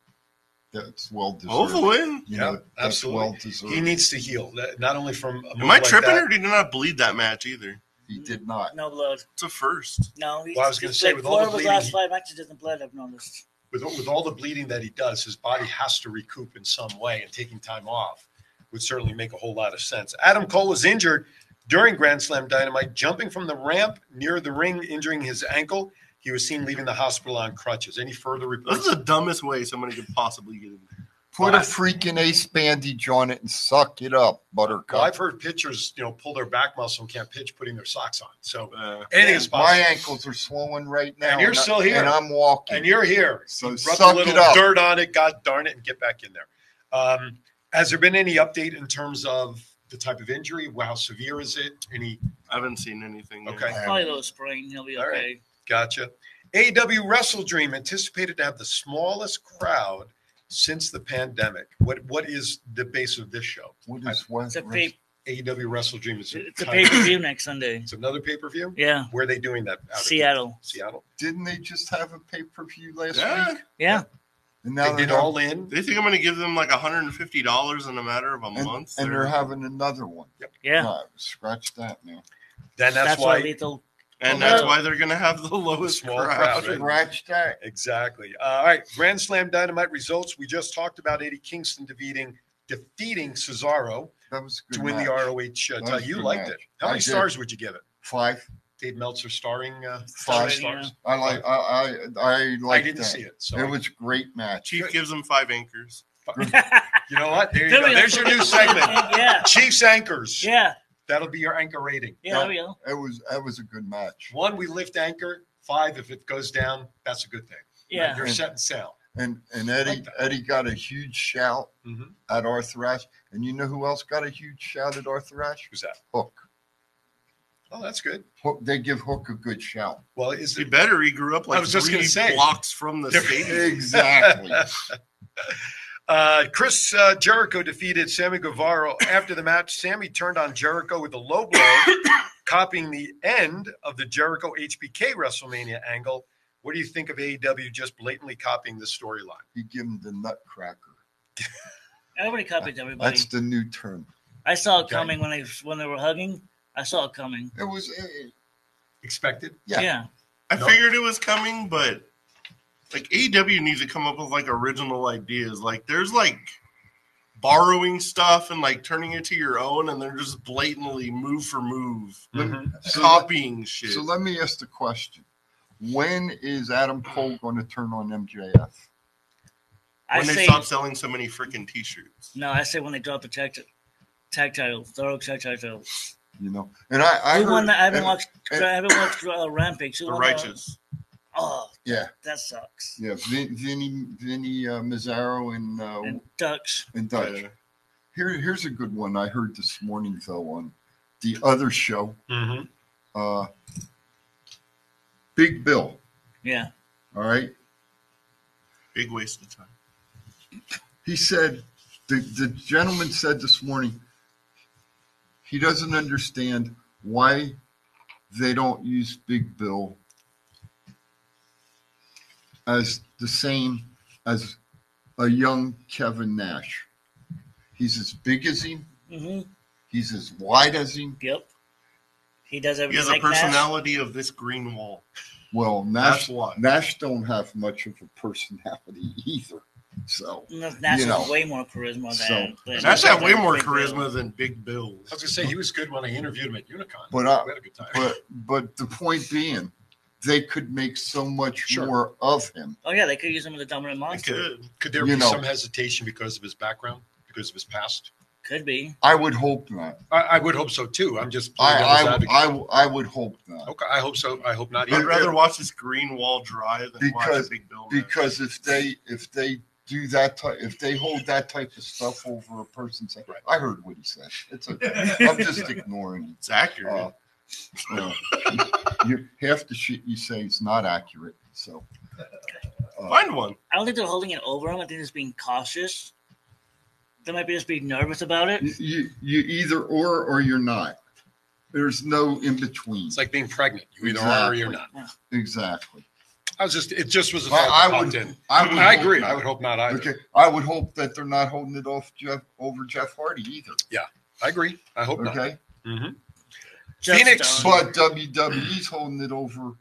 [SPEAKER 1] That's well deserved.
[SPEAKER 5] Hopefully.
[SPEAKER 1] You
[SPEAKER 3] Yeah,
[SPEAKER 1] know, that's
[SPEAKER 3] absolutely.
[SPEAKER 1] well deserved.
[SPEAKER 3] He needs to heal, that- not only from. A move
[SPEAKER 5] Am I
[SPEAKER 3] like
[SPEAKER 5] tripping
[SPEAKER 3] that-
[SPEAKER 5] or did he not bleed that match either?
[SPEAKER 1] He did not.
[SPEAKER 6] No blood.
[SPEAKER 5] It's a first.
[SPEAKER 6] No, he's,
[SPEAKER 3] Well, I was gonna
[SPEAKER 6] he's
[SPEAKER 3] say,
[SPEAKER 6] like
[SPEAKER 3] with all the
[SPEAKER 6] four of his
[SPEAKER 3] bleeding,
[SPEAKER 6] last
[SPEAKER 3] he-
[SPEAKER 6] five matches doesn't blood. I've noticed.
[SPEAKER 3] with with all the bleeding that he does, his body has to recoup in some way, and taking time off would certainly make a whole lot of sense. Adam Cole was injured during Grand Slam Dynamite, jumping from the ramp near the ring, injuring his ankle. He was seen leaving the hospital on crutches. Any further
[SPEAKER 5] This
[SPEAKER 3] reports?
[SPEAKER 5] is the dumbest way somebody could possibly get him.
[SPEAKER 1] Put a freaking ace bandage on it and suck it up, Buttercup.
[SPEAKER 3] Well, I've heard pitchers, you know, pull their back muscle and can't pitch, putting their socks on. So
[SPEAKER 5] Uh,
[SPEAKER 3] anything is possible.
[SPEAKER 1] My ankles are swollen right now.
[SPEAKER 3] and you're
[SPEAKER 1] I-
[SPEAKER 3] still here,
[SPEAKER 1] And I'm walking.
[SPEAKER 3] and you're here.
[SPEAKER 1] So
[SPEAKER 3] you rub
[SPEAKER 1] suck
[SPEAKER 3] a little
[SPEAKER 1] it up.
[SPEAKER 3] dirt on it, god darn it, and get back in there. Um, has there been any update in terms of the type of injury? Well, How severe is it? Any?
[SPEAKER 5] I haven't seen anything.
[SPEAKER 3] Okay,
[SPEAKER 6] Probably a little sprain. He'll be okay.
[SPEAKER 3] gotcha. AW Wrestle Dream anticipated to have the smallest crowd since the pandemic. What what is the base of this show?
[SPEAKER 1] What is what?
[SPEAKER 6] It's a pay-
[SPEAKER 3] AEW Wrestle Dream is
[SPEAKER 6] It's a pay per view next Sunday.
[SPEAKER 3] It's another pay per view.
[SPEAKER 6] Yeah.
[SPEAKER 3] Where are they doing that? out of-
[SPEAKER 6] Seattle.
[SPEAKER 3] Seattle.
[SPEAKER 1] Didn't they just have a pay per view last
[SPEAKER 5] Yeah.
[SPEAKER 1] week?
[SPEAKER 6] Yeah.
[SPEAKER 1] And now
[SPEAKER 5] They
[SPEAKER 1] they're
[SPEAKER 5] did
[SPEAKER 1] done-
[SPEAKER 5] all in. They think I'm going to give them like 150 dollars in a matter of a
[SPEAKER 1] and,
[SPEAKER 5] month.
[SPEAKER 1] and they're having another one.
[SPEAKER 6] Yeah.
[SPEAKER 1] No, scratch that, man.
[SPEAKER 3] Then that's, why.
[SPEAKER 6] lethal.
[SPEAKER 5] and
[SPEAKER 3] Well,
[SPEAKER 5] that's
[SPEAKER 3] no.
[SPEAKER 5] why they're going to have the lowest
[SPEAKER 3] Small
[SPEAKER 5] crowd.
[SPEAKER 3] crowd,
[SPEAKER 5] right?
[SPEAKER 1] Scratch that.
[SPEAKER 3] Exactly. Uh, all right. Grand Slam Dynamite results. We just talked about Eddie Kingston defeating defeating Cesaro
[SPEAKER 1] That was a good.
[SPEAKER 3] to win
[SPEAKER 1] match.
[SPEAKER 3] the ROH uh,
[SPEAKER 1] That
[SPEAKER 3] title.
[SPEAKER 1] was a
[SPEAKER 3] You
[SPEAKER 1] good
[SPEAKER 3] liked
[SPEAKER 1] match.
[SPEAKER 3] it. How
[SPEAKER 1] I
[SPEAKER 3] many
[SPEAKER 1] did.
[SPEAKER 3] stars would you give it?
[SPEAKER 1] Five.
[SPEAKER 3] Dave Meltzer starring uh,
[SPEAKER 1] Five.
[SPEAKER 3] stars.
[SPEAKER 1] I like. I I I like.
[SPEAKER 3] didn't
[SPEAKER 1] that.
[SPEAKER 3] see it, so I-
[SPEAKER 1] It was a great match.
[SPEAKER 5] Chief gives them five anchors.
[SPEAKER 3] You know what? There you
[SPEAKER 6] There
[SPEAKER 3] go.
[SPEAKER 6] we go.
[SPEAKER 3] There's your new segment.
[SPEAKER 6] Yeah.
[SPEAKER 3] Chiefs anchors.
[SPEAKER 6] Yeah.
[SPEAKER 3] That'll be your anchor rating.
[SPEAKER 6] Yeah. There we go.
[SPEAKER 1] It was. That was a good match.
[SPEAKER 3] One, we lift anchor. Five, if it goes down, that's a good thing.
[SPEAKER 6] Yeah.
[SPEAKER 3] You're set and sail.
[SPEAKER 1] And and Eddie Eddie got a huge shout
[SPEAKER 3] Mhm.
[SPEAKER 1] at Arthur Ashe. And you know who else got a huge shout at Arthur Ashe?
[SPEAKER 3] Who's that?
[SPEAKER 1] Hook.
[SPEAKER 3] Oh, that's good.
[SPEAKER 1] Hook. They give Hook a good shout.
[SPEAKER 3] Well, is
[SPEAKER 5] He
[SPEAKER 3] it
[SPEAKER 5] better. He grew up like
[SPEAKER 3] I was just
[SPEAKER 5] three
[SPEAKER 3] gonna say.
[SPEAKER 5] blocks from the stadium.
[SPEAKER 1] Exactly.
[SPEAKER 3] Uh, Chris uh, Jericho defeated Sammy Guevara after the match. Sammy turned on Jericho with a low blow, copying the end of the Jericho HBK WrestleMania angle. What do you think of AEW just blatantly copying this storyline?
[SPEAKER 1] He give him the nutcracker.
[SPEAKER 6] Everybody copied everybody.
[SPEAKER 1] That's the new term.
[SPEAKER 6] I saw it
[SPEAKER 3] Okay.
[SPEAKER 6] coming when they when they were hugging. I saw it coming.
[SPEAKER 1] It was. eh,
[SPEAKER 3] Expected?
[SPEAKER 1] Yeah.
[SPEAKER 6] yeah.
[SPEAKER 5] I figured it was coming, but like AEW needs to come up with like original ideas. Like there's like borrowing stuff and like turning it to your own, and they're just blatantly move for move
[SPEAKER 6] Mm-hmm.
[SPEAKER 1] So-
[SPEAKER 5] copying shit.
[SPEAKER 1] So let me ask the question: When is Adam Cole going to turn on MJF?
[SPEAKER 6] I
[SPEAKER 5] when they
[SPEAKER 6] say
[SPEAKER 5] stop selling so many freaking t-shirts.
[SPEAKER 6] no. I say when they drop the tag ti- tag title, thorough tag title.
[SPEAKER 1] You know, and I, I
[SPEAKER 6] Who won
[SPEAKER 1] heard-
[SPEAKER 6] that? I haven't
[SPEAKER 1] and-
[SPEAKER 6] watched.
[SPEAKER 1] and-
[SPEAKER 6] I haven't watched uh, Rampage. Who
[SPEAKER 5] The
[SPEAKER 6] won
[SPEAKER 5] righteous.
[SPEAKER 6] oh,
[SPEAKER 1] Yeah,
[SPEAKER 6] that sucks.
[SPEAKER 1] yeah. Vin, Vinny, Vinny uh, Mazzaro and uh,
[SPEAKER 6] And Ducks.
[SPEAKER 1] and Dutch.
[SPEAKER 5] Yeah.
[SPEAKER 1] Here, here's a good one I heard this morning though on the other show.
[SPEAKER 3] Mm-hmm.
[SPEAKER 1] Uh, Big Bill.
[SPEAKER 6] Yeah.
[SPEAKER 1] All right.
[SPEAKER 5] Big waste of time.
[SPEAKER 1] he said the, the gentleman said this morning he doesn't understand why they don't use big bill as the same as a young kevin nash he's as big as him
[SPEAKER 6] Mm-hmm.
[SPEAKER 1] he's as wide as him
[SPEAKER 6] Yep. He does
[SPEAKER 5] He
[SPEAKER 6] everything.
[SPEAKER 5] has a
[SPEAKER 6] like Nash.
[SPEAKER 5] personality of this green wall.
[SPEAKER 1] Well, Nash, Nash don't have much of a personality either. So
[SPEAKER 6] Nash
[SPEAKER 1] you know,
[SPEAKER 6] Mm, has way more charisma
[SPEAKER 1] So-
[SPEAKER 6] than. than-
[SPEAKER 3] Nash had way
[SPEAKER 6] than
[SPEAKER 3] more
[SPEAKER 6] Big Bill.
[SPEAKER 3] charisma than Big Bill. I was gonna say he was good when I interviewed him at Unicon.
[SPEAKER 1] But I,
[SPEAKER 3] we had a good time.
[SPEAKER 1] but but the point being, they could make so much more of him.
[SPEAKER 6] Oh yeah, they could use him as a dominant monster.
[SPEAKER 3] could. Could there
[SPEAKER 1] You
[SPEAKER 3] be
[SPEAKER 1] know.
[SPEAKER 3] some hesitation because of his background, because of his past?
[SPEAKER 6] Could be.
[SPEAKER 1] I would hope not.
[SPEAKER 3] I, I would hope so too. I'm just. playing
[SPEAKER 1] I
[SPEAKER 3] devil's
[SPEAKER 1] I,
[SPEAKER 3] advocate.
[SPEAKER 1] I, I would hope not.
[SPEAKER 3] Okay, I hope so. I hope not.
[SPEAKER 1] I'd
[SPEAKER 3] either.
[SPEAKER 1] rather
[SPEAKER 5] watch this green wall dry than watch
[SPEAKER 1] because
[SPEAKER 5] a big bill.
[SPEAKER 1] because if they if they do that type if they hold that type of stuff over a person's head, I heard what he said. It's okay. I'm just ignoring it.
[SPEAKER 5] It's
[SPEAKER 3] Oh,
[SPEAKER 5] accurate.
[SPEAKER 1] Uh, uh, you, half the shit you say is not accurate. So uh,
[SPEAKER 6] I don't think they're holding it over him. I think they're just being cautious. They might be just be nervous about it.
[SPEAKER 1] You, you you either or or you're not. There's no in between. It's
[SPEAKER 3] like being pregnant. You either are or
[SPEAKER 1] exactly.
[SPEAKER 3] you're not.
[SPEAKER 1] Exactly.
[SPEAKER 3] I was just. It just was a thought
[SPEAKER 1] I,
[SPEAKER 3] that
[SPEAKER 1] I
[SPEAKER 3] popped
[SPEAKER 1] would.
[SPEAKER 3] in.
[SPEAKER 1] I, would
[SPEAKER 3] I
[SPEAKER 1] hope
[SPEAKER 3] agree.
[SPEAKER 1] not.
[SPEAKER 3] I would hope not either.
[SPEAKER 1] Okay. I would hope that they're not holding it off Jeff over Jeff Hardy either.
[SPEAKER 3] Yeah, I agree. I hope not.
[SPEAKER 1] Okay.
[SPEAKER 3] Mhm.
[SPEAKER 1] Phoenix, but WWE's holding it over.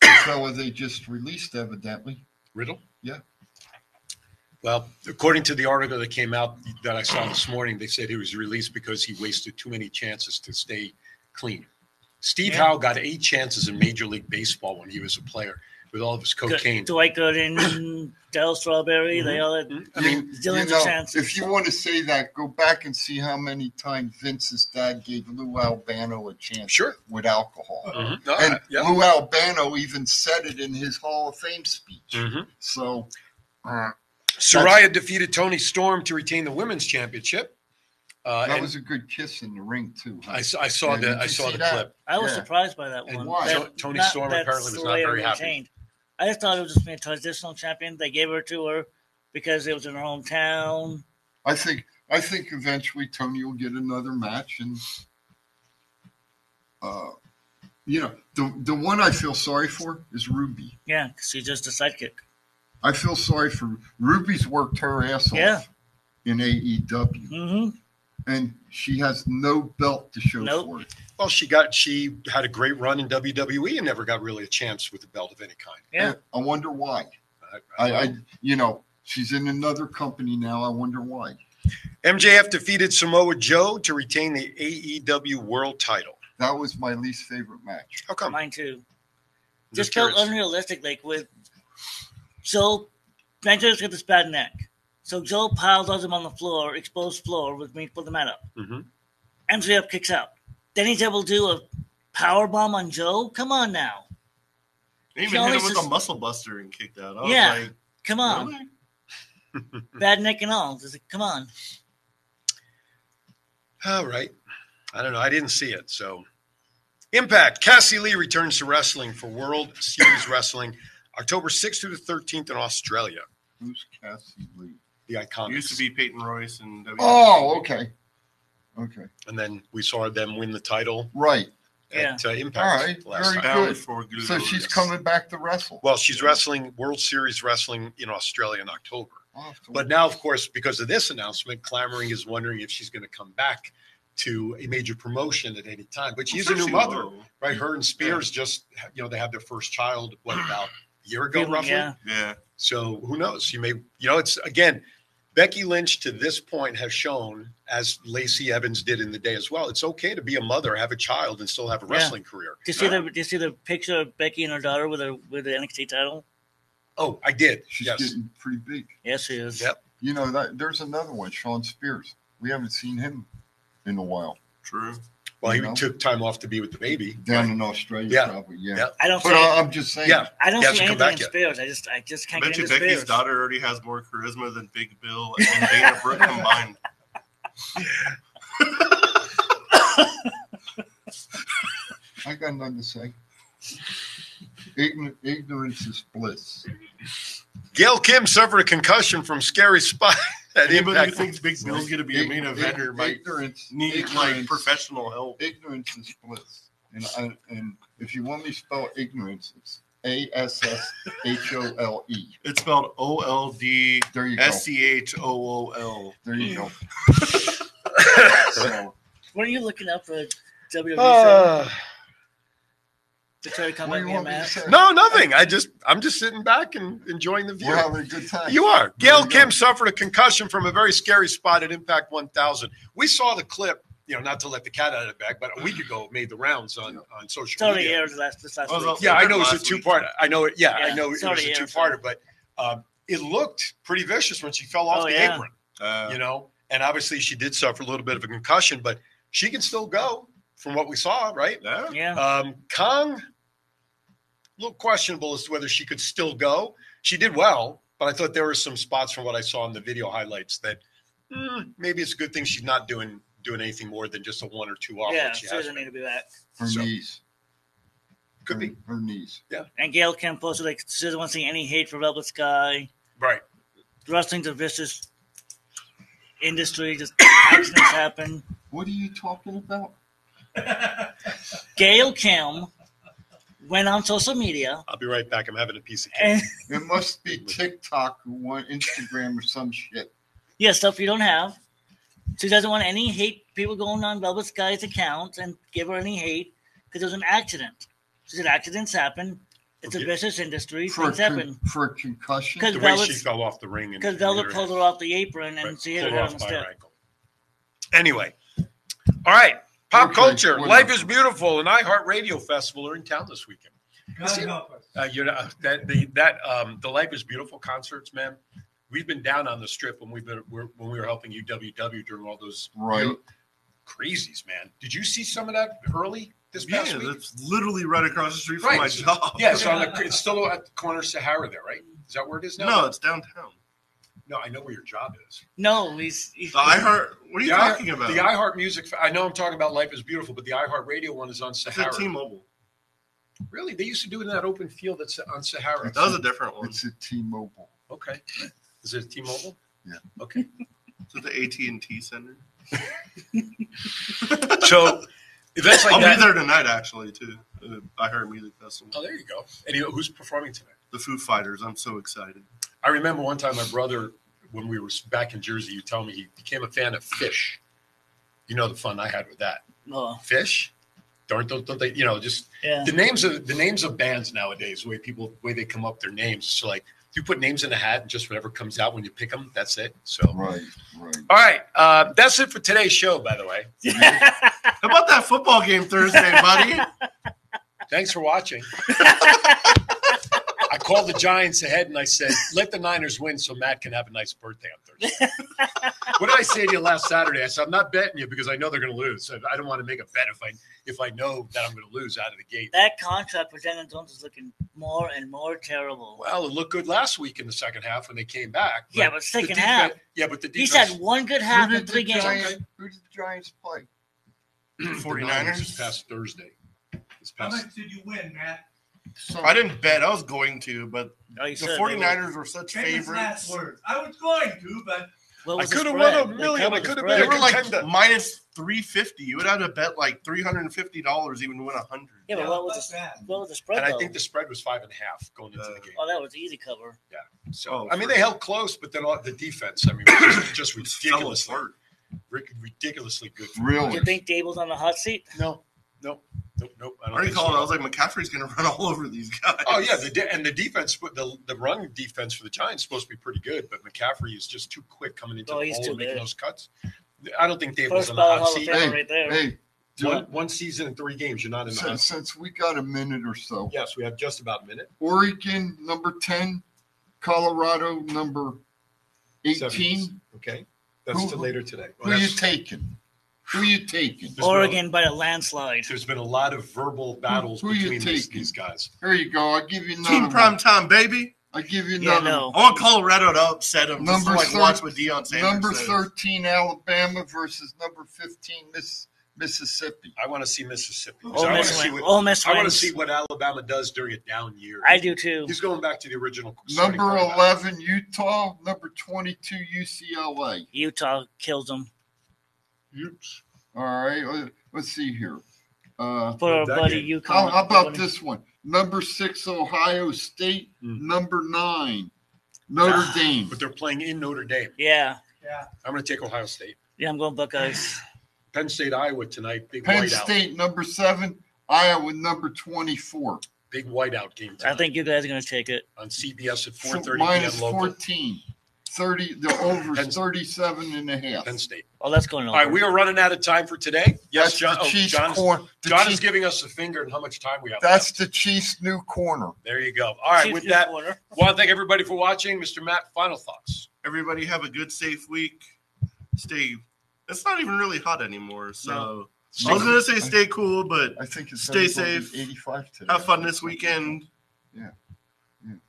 [SPEAKER 1] the Fella, they just released evidently.
[SPEAKER 3] Riddle.
[SPEAKER 1] Yeah.
[SPEAKER 3] Well, according to the article that came out that I saw this morning, they said he was released because he wasted too many chances to stay clean. Steve
[SPEAKER 6] Yeah.
[SPEAKER 3] Howe got eight chances in Major League Baseball when he was a player with all of his cocaine.
[SPEAKER 6] Dwight Gooden, Dell Strawberry,
[SPEAKER 1] Mm-hmm.
[SPEAKER 6] they all had
[SPEAKER 3] I mean,
[SPEAKER 6] Dylan's
[SPEAKER 1] You know,
[SPEAKER 6] chance.
[SPEAKER 1] If you want to say that, go back and see how many times Vince's dad gave Lou Albano a chance with alcohol.
[SPEAKER 3] Mhm. No,
[SPEAKER 1] and
[SPEAKER 3] I- yeah.
[SPEAKER 1] Lou Albano even said it in his Hall of Fame speech.
[SPEAKER 3] Mhm.
[SPEAKER 1] So, uh,
[SPEAKER 3] Soraya defeated Tony Storm to retain the women's championship. Uh,
[SPEAKER 1] that
[SPEAKER 3] and
[SPEAKER 1] was a good kiss in the ring too. huh?
[SPEAKER 3] I saw- I saw
[SPEAKER 1] Yeah,
[SPEAKER 3] the-
[SPEAKER 1] did
[SPEAKER 3] I
[SPEAKER 1] you
[SPEAKER 3] saw
[SPEAKER 1] see
[SPEAKER 3] the
[SPEAKER 1] that?
[SPEAKER 3] clip.
[SPEAKER 6] I was
[SPEAKER 1] Yeah.
[SPEAKER 6] surprised by that one.
[SPEAKER 1] why?
[SPEAKER 6] That-
[SPEAKER 3] Tony
[SPEAKER 6] not-
[SPEAKER 3] Storm
[SPEAKER 6] that
[SPEAKER 3] apparently was not
[SPEAKER 6] Soraya
[SPEAKER 3] very happy.
[SPEAKER 6] retained. I just thought it was just being a transitional champion. They gave her to her because it was in her hometown.
[SPEAKER 1] I think I think eventually Tony will get another match, and uh, you know the the one I feel sorry for is Ruby.
[SPEAKER 6] Yeah, 'cause she's just a sidekick.
[SPEAKER 1] I feel sorry for Ruby's worked her ass off
[SPEAKER 6] Yeah.
[SPEAKER 1] in AEW,
[SPEAKER 6] mm-hmm.
[SPEAKER 1] and she has no belt to show for it.
[SPEAKER 3] Well, she got she had a great run in WWE and never got really a chance with a belt of any kind.
[SPEAKER 1] And I wonder why. I, I you know she's in another company now. I wonder why.
[SPEAKER 3] MJF defeated Samoa Joe to retain the AEW World Title.
[SPEAKER 1] That was my least favorite match.
[SPEAKER 3] How come?
[SPEAKER 6] Mine
[SPEAKER 3] I'm
[SPEAKER 6] too. Just
[SPEAKER 3] just
[SPEAKER 6] felt
[SPEAKER 3] curious.
[SPEAKER 6] unrealistic. Like with so, Banjo's got this bad neck. So Joe piles on him on the floor, exposed floor, with me for the mat up. MJF kicks out. Then he's able to do a power bomb on Joe. Come on now.
[SPEAKER 5] They
[SPEAKER 6] She
[SPEAKER 5] even hit
[SPEAKER 6] always
[SPEAKER 5] him with
[SPEAKER 6] just-
[SPEAKER 5] a muscle buster and kicked out. I was
[SPEAKER 6] yeah.
[SPEAKER 5] like,
[SPEAKER 6] come on. Bad neck and all. Just like, come on.
[SPEAKER 3] Mm-hmm. All right. I don't know. I didn't see it. So, Impact. Cassie Lee returns to wrestling for World Series Wrestling October 6th through the 13th in Australia.
[SPEAKER 1] Who's Cassie Lee?
[SPEAKER 3] The iconics.
[SPEAKER 5] used to be Peyton Royce and WWE.
[SPEAKER 1] Oh, okay, okay,
[SPEAKER 3] And then we saw them win the title
[SPEAKER 1] right.
[SPEAKER 3] at uh,
[SPEAKER 1] All
[SPEAKER 3] Impact
[SPEAKER 1] right,
[SPEAKER 3] last
[SPEAKER 1] very
[SPEAKER 3] time.
[SPEAKER 1] good. So she's coming back to wrestle.
[SPEAKER 3] Well, she's wrestling World Series Wrestling in Australia in October.
[SPEAKER 1] I'll have to
[SPEAKER 3] But now, of course, because of this announcement, clamoring is wondering if she's going to come back to a major promotion at any time. But she's a
[SPEAKER 5] I'm sure
[SPEAKER 3] new
[SPEAKER 5] she
[SPEAKER 3] mother,
[SPEAKER 5] will.
[SPEAKER 3] right? Her and Spears just, you know, they have their first child, what, about a year ago,
[SPEAKER 6] Yeah.
[SPEAKER 3] roughly?
[SPEAKER 5] Yeah.
[SPEAKER 3] So who knows? You may, you know, it's again, Becky Lynch to this point has shown, as Lacey Evans did in the day as well, it's okay to be a mother, have a child, and still have a
[SPEAKER 6] Yeah.
[SPEAKER 3] wrestling career.
[SPEAKER 6] Do you see the do you see the picture of Becky and her daughter with her with the NXT title?
[SPEAKER 3] Oh, I did.
[SPEAKER 1] She's
[SPEAKER 6] Yes.
[SPEAKER 1] getting pretty big.
[SPEAKER 6] Yes, she is.
[SPEAKER 3] Yep.
[SPEAKER 1] You know that there's another one, Sean Spears. We haven't seen him in a while.
[SPEAKER 5] True.
[SPEAKER 3] Well, he
[SPEAKER 1] You know?
[SPEAKER 3] took time off to be with the baby.
[SPEAKER 1] down in Australia,
[SPEAKER 3] Yeah.
[SPEAKER 1] probably. Yeah.
[SPEAKER 3] Yeah.
[SPEAKER 6] I don't
[SPEAKER 1] But
[SPEAKER 6] see-
[SPEAKER 1] I- I'm just saying.
[SPEAKER 3] Yeah.
[SPEAKER 6] I don't
[SPEAKER 3] She
[SPEAKER 6] see
[SPEAKER 3] hasn't come
[SPEAKER 6] anything
[SPEAKER 3] back
[SPEAKER 6] in
[SPEAKER 3] yet.
[SPEAKER 6] Spears. I just I just
[SPEAKER 5] I
[SPEAKER 6] can't
[SPEAKER 5] bet
[SPEAKER 6] get
[SPEAKER 5] you
[SPEAKER 6] into
[SPEAKER 5] Becky's
[SPEAKER 6] Spears.
[SPEAKER 5] daughter already has more charisma than Big Bill and Dana Brooke combined.
[SPEAKER 1] I got nothing to say. Ign- ignorance is bliss.
[SPEAKER 3] Gail Kim suffered a concussion from scary spot. At
[SPEAKER 5] Anybody who
[SPEAKER 3] Impact.
[SPEAKER 5] thinks Big Bill's going to be a main
[SPEAKER 1] Ign-
[SPEAKER 5] eventer
[SPEAKER 1] ign-
[SPEAKER 5] might
[SPEAKER 1] ignorance
[SPEAKER 5] need like
[SPEAKER 1] ignorance-
[SPEAKER 5] professional help.
[SPEAKER 1] Ignorance is bliss. And I, and if you want me to spell ignorance, it's A S S H O L E.
[SPEAKER 5] It's spelled O L D
[SPEAKER 1] you go.
[SPEAKER 5] S C H O O L.
[SPEAKER 1] There you go. So,
[SPEAKER 6] E
[SPEAKER 3] Ah.
[SPEAKER 6] What are you looking up for WWE?
[SPEAKER 3] Uh,
[SPEAKER 6] Sorry, come at me, man.
[SPEAKER 3] No, nothing. I just I'm just sitting back and enjoying the view.
[SPEAKER 1] We're having a good time.
[SPEAKER 3] You are. Gail Kim suffered a concussion from a very scary spot at Impact 1000. We saw the clip. You know, not to let the cat out of the bag, but a week ago it made the rounds on on social
[SPEAKER 6] Sorry,
[SPEAKER 3] media.
[SPEAKER 6] aired last this last
[SPEAKER 3] Oh,
[SPEAKER 6] week.
[SPEAKER 3] yeah, I know it's a two part. I know it. Yeah,
[SPEAKER 6] Yeah,
[SPEAKER 3] I know it
[SPEAKER 6] sorry,
[SPEAKER 3] was a
[SPEAKER 6] yeah,
[SPEAKER 3] two parter, but um, it looked pretty vicious when she fell off
[SPEAKER 6] Oh,
[SPEAKER 3] the
[SPEAKER 6] yeah.
[SPEAKER 3] apron.
[SPEAKER 5] Uh,
[SPEAKER 3] you know, and obviously she did suffer a little bit of a concussion, but she can still go from what we saw, right?
[SPEAKER 6] Yeah. Yeah.
[SPEAKER 3] Um, Kong, a little questionable as to whether she could still go. She did well, but I thought there were some spots from what I saw in the video highlights that mm, maybe it's a good thing she's not doing doing anything more than just a one or two off.
[SPEAKER 6] Yeah,
[SPEAKER 3] Oh, she
[SPEAKER 6] she
[SPEAKER 3] has
[SPEAKER 6] doesn't need to be back.
[SPEAKER 1] Her
[SPEAKER 3] So-
[SPEAKER 1] knees.
[SPEAKER 3] Could
[SPEAKER 6] Mm.
[SPEAKER 1] be. Her knees.
[SPEAKER 3] Yeah.
[SPEAKER 6] And Gail Kim posted like she doesn't want to see any hate for Velvet Sky.
[SPEAKER 3] Right.
[SPEAKER 6] Wrestling's a vicious industry. Just accidents happen.
[SPEAKER 1] What are you talking about?
[SPEAKER 6] Gail Kim went on social media.
[SPEAKER 3] I'll be right back. I'm having a piece of
[SPEAKER 6] cake.
[SPEAKER 1] It must be TikTok or one Instagram or some shit.
[SPEAKER 6] yeah, stuff you don't have. She doesn't want any hate people going on Velvet Sky's account and give her any hate because it was an accident. She said accidents happen. It's a vicious industry.
[SPEAKER 1] For a,
[SPEAKER 6] Things
[SPEAKER 1] con-
[SPEAKER 6] happen.
[SPEAKER 1] for a concussion.
[SPEAKER 6] Because Velvet,
[SPEAKER 3] off the ring and-
[SPEAKER 6] because
[SPEAKER 3] and hit
[SPEAKER 6] Velvet
[SPEAKER 3] her
[SPEAKER 6] pulled her off the apron and
[SPEAKER 3] Right,
[SPEAKER 6] she hit her
[SPEAKER 3] pulled her
[SPEAKER 6] head
[SPEAKER 3] off
[SPEAKER 6] on the
[SPEAKER 3] by her
[SPEAKER 6] step.
[SPEAKER 3] ankle. Anyway, all right. Pop culture,
[SPEAKER 1] we're
[SPEAKER 3] life
[SPEAKER 1] not-
[SPEAKER 3] is beautiful, and iHeartRadio Festival are in town this weekend.
[SPEAKER 4] God help us.
[SPEAKER 3] Uh, you know that the that um, the Life is Beautiful concerts, man. We've been down on the strip when we've been we're, when we were helping UWW during all those
[SPEAKER 1] Right.
[SPEAKER 3] crazies, man. Did you see some of that early this
[SPEAKER 5] Yeah,
[SPEAKER 3] past week?
[SPEAKER 5] that's literally right across the street from my job.
[SPEAKER 3] Yeah, it's on the it's still at the corner of Sahara there, right? Is that where it is now?
[SPEAKER 5] No, it's downtown.
[SPEAKER 3] No, I know where your job is.
[SPEAKER 6] No, he's, he's
[SPEAKER 5] The iHeart. What are you
[SPEAKER 3] The I-
[SPEAKER 5] talking about?
[SPEAKER 3] The iHeart Music. I know I'm talking about Life is Beautiful, but the iHeart Radio one is on
[SPEAKER 5] It's
[SPEAKER 3] Sahara.
[SPEAKER 5] at T-Mobile.
[SPEAKER 3] Really? They used to do it in that open field that's on Sahara.
[SPEAKER 5] That was a different one.
[SPEAKER 1] It's a T-Mobile.
[SPEAKER 3] Okay. Is it T-Mobile?
[SPEAKER 1] Yeah.
[SPEAKER 3] Okay.
[SPEAKER 5] It's at the AT and T Center.
[SPEAKER 3] So events like
[SPEAKER 5] I'll
[SPEAKER 3] that-
[SPEAKER 5] be there tonight, actually, too. Uh, I heard music festival.
[SPEAKER 3] Oh, there you go. And you know, who's performing tonight?
[SPEAKER 5] The Foo Fighters. I'm so excited.
[SPEAKER 3] I remember one time my brother, when we were back in Jersey, you tell me he became a fan of fish. You know the fun I had with that.
[SPEAKER 6] No.
[SPEAKER 3] Fish? Don't don't, don't they? You know, just
[SPEAKER 6] Oh, Yeah.
[SPEAKER 3] the names of the names of bands nowadays. The way people, the way they come up their names. So like, you put names in a hat, and just whatever comes out when you pick them, that's it. So
[SPEAKER 1] right, right.
[SPEAKER 3] All right, uh, that's it for today's show. By the way,
[SPEAKER 5] How about that football game Thursday, buddy?
[SPEAKER 3] Thanks for watching. I called the Giants ahead and I said, let the Niners win so Matt can have a nice birthday on Thursday. what did I say to you last Saturday? I said, I'm not betting you because I know they're going to lose. So I don't want to make a bet if I if I know that I'm going to lose out of the gate.
[SPEAKER 6] That contract for Daniel Jones is looking more and more terrible.
[SPEAKER 3] Well, it looked good last week in the second half when they came back.
[SPEAKER 6] Yeah, but
[SPEAKER 3] the
[SPEAKER 6] second
[SPEAKER 3] defense-
[SPEAKER 6] half.
[SPEAKER 3] Yeah, but the
[SPEAKER 6] He's
[SPEAKER 3] defense.
[SPEAKER 6] had one good half
[SPEAKER 1] Who
[SPEAKER 6] in
[SPEAKER 1] did
[SPEAKER 6] three
[SPEAKER 1] the
[SPEAKER 6] games.
[SPEAKER 1] Giants- Who did the Giants play?
[SPEAKER 3] the
[SPEAKER 5] 49ers?
[SPEAKER 3] this past Thursday. This
[SPEAKER 4] How
[SPEAKER 3] past.
[SPEAKER 4] much did you win, Matt?
[SPEAKER 5] I didn't bet. I was going to, but
[SPEAKER 6] Oh, you
[SPEAKER 5] the
[SPEAKER 6] said they
[SPEAKER 5] 49ers were such
[SPEAKER 4] Famous last
[SPEAKER 5] favorites.
[SPEAKER 4] words. I was going to, but
[SPEAKER 6] What
[SPEAKER 5] I
[SPEAKER 6] was the
[SPEAKER 5] coulda won a
[SPEAKER 6] spread? Like,
[SPEAKER 5] million.
[SPEAKER 6] how
[SPEAKER 5] I
[SPEAKER 6] was the
[SPEAKER 5] coulda
[SPEAKER 6] spread?
[SPEAKER 5] They were like minus three fifty. You would have to bet like three hundred and fifty dollars even to win a hundred.
[SPEAKER 6] Yeah, but what was
[SPEAKER 4] fuck
[SPEAKER 6] the,
[SPEAKER 4] that.
[SPEAKER 6] what was the spread?
[SPEAKER 3] And I
[SPEAKER 6] though?
[SPEAKER 3] think the spread was five and a half going into the game.
[SPEAKER 5] Uh,
[SPEAKER 6] oh, that was easy cover.
[SPEAKER 3] So
[SPEAKER 5] Oh,
[SPEAKER 3] I mean,
[SPEAKER 5] for
[SPEAKER 3] they
[SPEAKER 5] sure.
[SPEAKER 3] held close, but then all, the defense. I mean, was just, just ridiculously,
[SPEAKER 5] apart.
[SPEAKER 3] ric- ridiculously good.
[SPEAKER 6] Do
[SPEAKER 1] Really?
[SPEAKER 6] you think Dable's on the hot seat?
[SPEAKER 3] No, no, nope, nope. I
[SPEAKER 5] I
[SPEAKER 3] don't
[SPEAKER 5] already
[SPEAKER 3] think
[SPEAKER 5] called.
[SPEAKER 3] so.
[SPEAKER 5] it. I was like, McCaffrey's going to run all over these guys.
[SPEAKER 3] oh yeah, the de- and the defense, but the the run defense for the Giants is supposed to be pretty good, but McCaffrey is just too quick coming into
[SPEAKER 6] Oh,
[SPEAKER 3] the
[SPEAKER 6] he's
[SPEAKER 3] hole
[SPEAKER 6] too
[SPEAKER 3] and making
[SPEAKER 6] big.
[SPEAKER 3] those cuts. I don't think Davis
[SPEAKER 6] First
[SPEAKER 3] on the
[SPEAKER 6] ballot
[SPEAKER 3] hot
[SPEAKER 6] Hall of
[SPEAKER 3] seat.
[SPEAKER 6] Famer right there.
[SPEAKER 1] Hey,
[SPEAKER 3] One, one season and three games, you're not in the hot
[SPEAKER 1] since,
[SPEAKER 3] seat.
[SPEAKER 1] since we got a minute or so,
[SPEAKER 3] Yes, we have just about a minute.
[SPEAKER 1] Oregon number 10, Colorado number 18.
[SPEAKER 3] Seven. Okay, that's
[SPEAKER 1] Who-
[SPEAKER 3] to later today.
[SPEAKER 1] Who you taking? Who you taking?
[SPEAKER 3] There's
[SPEAKER 6] Oregon by a landslide.
[SPEAKER 3] There's been a lot of verbal battles
[SPEAKER 1] Who you
[SPEAKER 3] between these,
[SPEAKER 1] taking?
[SPEAKER 3] these guys.
[SPEAKER 1] Here you go. I'll give you another
[SPEAKER 5] Team
[SPEAKER 1] one.
[SPEAKER 5] prime time, baby.
[SPEAKER 1] I'll give you
[SPEAKER 6] Yeah,
[SPEAKER 1] another
[SPEAKER 6] no.
[SPEAKER 5] I want Colorado to upset them. Number
[SPEAKER 1] Number
[SPEAKER 5] just so I can
[SPEAKER 1] thir-
[SPEAKER 5] watch what Deion Sanders
[SPEAKER 1] Number
[SPEAKER 5] says.
[SPEAKER 1] 13, Alabama versus number 15, Miss, Mississippi.
[SPEAKER 3] I want to see Mississippi.
[SPEAKER 6] Ole
[SPEAKER 3] So I want to
[SPEAKER 6] Miss
[SPEAKER 3] see
[SPEAKER 6] win-
[SPEAKER 3] what
[SPEAKER 6] Ole Miss
[SPEAKER 3] I want to
[SPEAKER 6] wins.
[SPEAKER 3] see what Alabama does during a down year.
[SPEAKER 6] I do too.
[SPEAKER 3] He's going back to the original. starting
[SPEAKER 1] Number
[SPEAKER 3] quarterback.
[SPEAKER 1] 11, Utah. Number 22, UCLA.
[SPEAKER 6] Utah kills him
[SPEAKER 1] All right. let- Let's see here. Uh,
[SPEAKER 6] for our
[SPEAKER 3] That
[SPEAKER 6] buddy
[SPEAKER 3] game.
[SPEAKER 6] UConn.
[SPEAKER 1] how, how about this one? Number six, Ohio State. Number nine, Notre Dame.
[SPEAKER 3] Hmm. Ah, But they're playing in Notre Dame.
[SPEAKER 6] Yeah,
[SPEAKER 4] yeah.
[SPEAKER 3] I'm going to take Ohio State.
[SPEAKER 6] yeah, I'm going Buckeyes.
[SPEAKER 3] Penn State, Iowa tonight. Big
[SPEAKER 1] Penn
[SPEAKER 3] whiteout.
[SPEAKER 1] State, number seven. Iowa number 24.
[SPEAKER 3] Big whiteout game.
[SPEAKER 6] I think you guys are going to take it
[SPEAKER 3] on CBS at
[SPEAKER 1] So
[SPEAKER 3] 4:30
[SPEAKER 1] minus
[SPEAKER 3] p.m. local.
[SPEAKER 1] 14. 30, the over 37 and a half.
[SPEAKER 3] Penn State.
[SPEAKER 6] Oh, that's going
[SPEAKER 3] All right, we are running out of time for today. Yes,
[SPEAKER 1] That's
[SPEAKER 3] John.
[SPEAKER 1] the
[SPEAKER 3] Oh,
[SPEAKER 1] Chiefs'
[SPEAKER 3] John,
[SPEAKER 1] corn- the
[SPEAKER 3] John is
[SPEAKER 1] Chiefs-
[SPEAKER 3] giving us a finger and how much time we have.
[SPEAKER 1] That's the Chiefs' new corner.
[SPEAKER 3] There you go. All right, with that, want to thank everybody for watching. Mr. Matt, final thoughts.
[SPEAKER 5] Everybody have a good, safe week. Stay. It's not even really hot anymore, so
[SPEAKER 1] No.
[SPEAKER 5] I was gonna say stay cool, but
[SPEAKER 1] I think it's
[SPEAKER 5] stay
[SPEAKER 1] only gonna
[SPEAKER 5] safe.
[SPEAKER 1] be 85 today.
[SPEAKER 5] Have fun this weekend.
[SPEAKER 1] Yeah.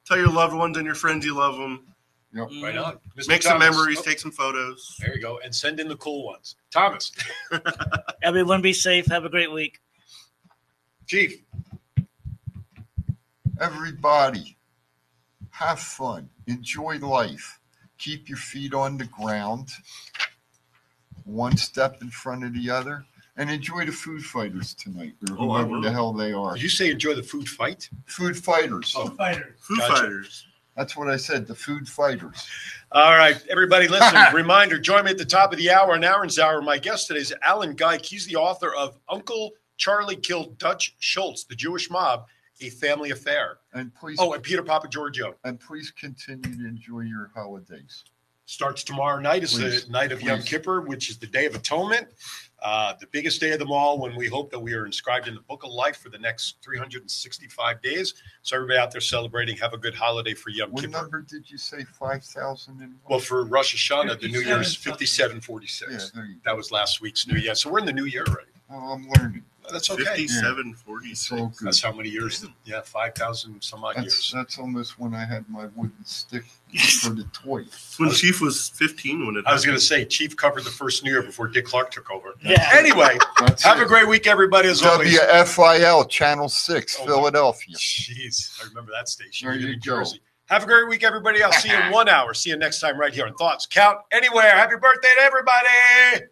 [SPEAKER 5] Tell your loved ones and your friends you love them.
[SPEAKER 1] Yep.
[SPEAKER 3] Right on. Mr.
[SPEAKER 5] Make some
[SPEAKER 3] Thomas.
[SPEAKER 5] memories.
[SPEAKER 3] Oh.
[SPEAKER 5] Take some photos.
[SPEAKER 3] There you go. And send in the cool ones. Thomas,
[SPEAKER 6] Everyone be safe. Have a great week.
[SPEAKER 3] Chief.
[SPEAKER 1] Everybody, have fun. Enjoy life. Keep your feet on the ground, one step in front of the other, and enjoy the food fighters tonight, or
[SPEAKER 3] Oh, I
[SPEAKER 1] whoever the
[SPEAKER 3] will.
[SPEAKER 1] hell they are.
[SPEAKER 3] Did you Oh. say enjoy the food fight?
[SPEAKER 1] Food fighters.
[SPEAKER 3] Food fighters.
[SPEAKER 1] Food
[SPEAKER 3] Gotcha.
[SPEAKER 1] fighters. That's what I said. The food fighters.
[SPEAKER 3] All right, everybody, listen. reminder: join me at the top of the hour and Aaron's hour. My guest today is Alan Geik. He's the author of "Uncle Charlie Killed Dutch Schultz: The Jewish Mob: A Family Affair."
[SPEAKER 1] And please.
[SPEAKER 3] Oh, and Peter Papa Giorgio
[SPEAKER 1] And please continue to enjoy your holidays.
[SPEAKER 3] starts tomorrow night. It's
[SPEAKER 1] Please,
[SPEAKER 3] the night of Yom
[SPEAKER 1] please.
[SPEAKER 3] Kippur, which is the Day of Atonement, uh, the biggest day of them all. When we hope that we are inscribed in the Book of Life for the next 365 days. So everybody out there celebrating, have a good holiday for Yom
[SPEAKER 1] What
[SPEAKER 3] Kippur.
[SPEAKER 1] number did you say? Five thousand and
[SPEAKER 3] Well, for Rosh Hashanah, the New Year's 5746.
[SPEAKER 1] Yeah, there you go.
[SPEAKER 3] That was last week's New Year. So we're in the new year already.
[SPEAKER 1] Oh, I'm learning.
[SPEAKER 3] That's okay.
[SPEAKER 5] 5746.
[SPEAKER 3] That's how many years? Yeah, 5,000 some odd
[SPEAKER 1] That's
[SPEAKER 3] years.
[SPEAKER 1] that's almost when I had my wooden stick for the toy.
[SPEAKER 5] When Chief was 15 when it
[SPEAKER 3] I was going to
[SPEAKER 5] happened.
[SPEAKER 3] say, Chief covered the first New Year before Dick Clark took over.
[SPEAKER 1] Yeah.
[SPEAKER 3] Anyway,
[SPEAKER 1] That's
[SPEAKER 3] have a
[SPEAKER 1] it.
[SPEAKER 3] great week, everybody, as always.
[SPEAKER 1] WFIL Channel
[SPEAKER 3] Oh,
[SPEAKER 1] Six, Philadelphia.
[SPEAKER 3] Jeez, I remember that station.
[SPEAKER 1] There
[SPEAKER 3] You're
[SPEAKER 1] you
[SPEAKER 3] in
[SPEAKER 1] go.
[SPEAKER 3] Jersey. Have a great week, everybody. I'll see you in one hour. See you next time right here on Thoughts Count Anywhere. Happy birthday to everybody.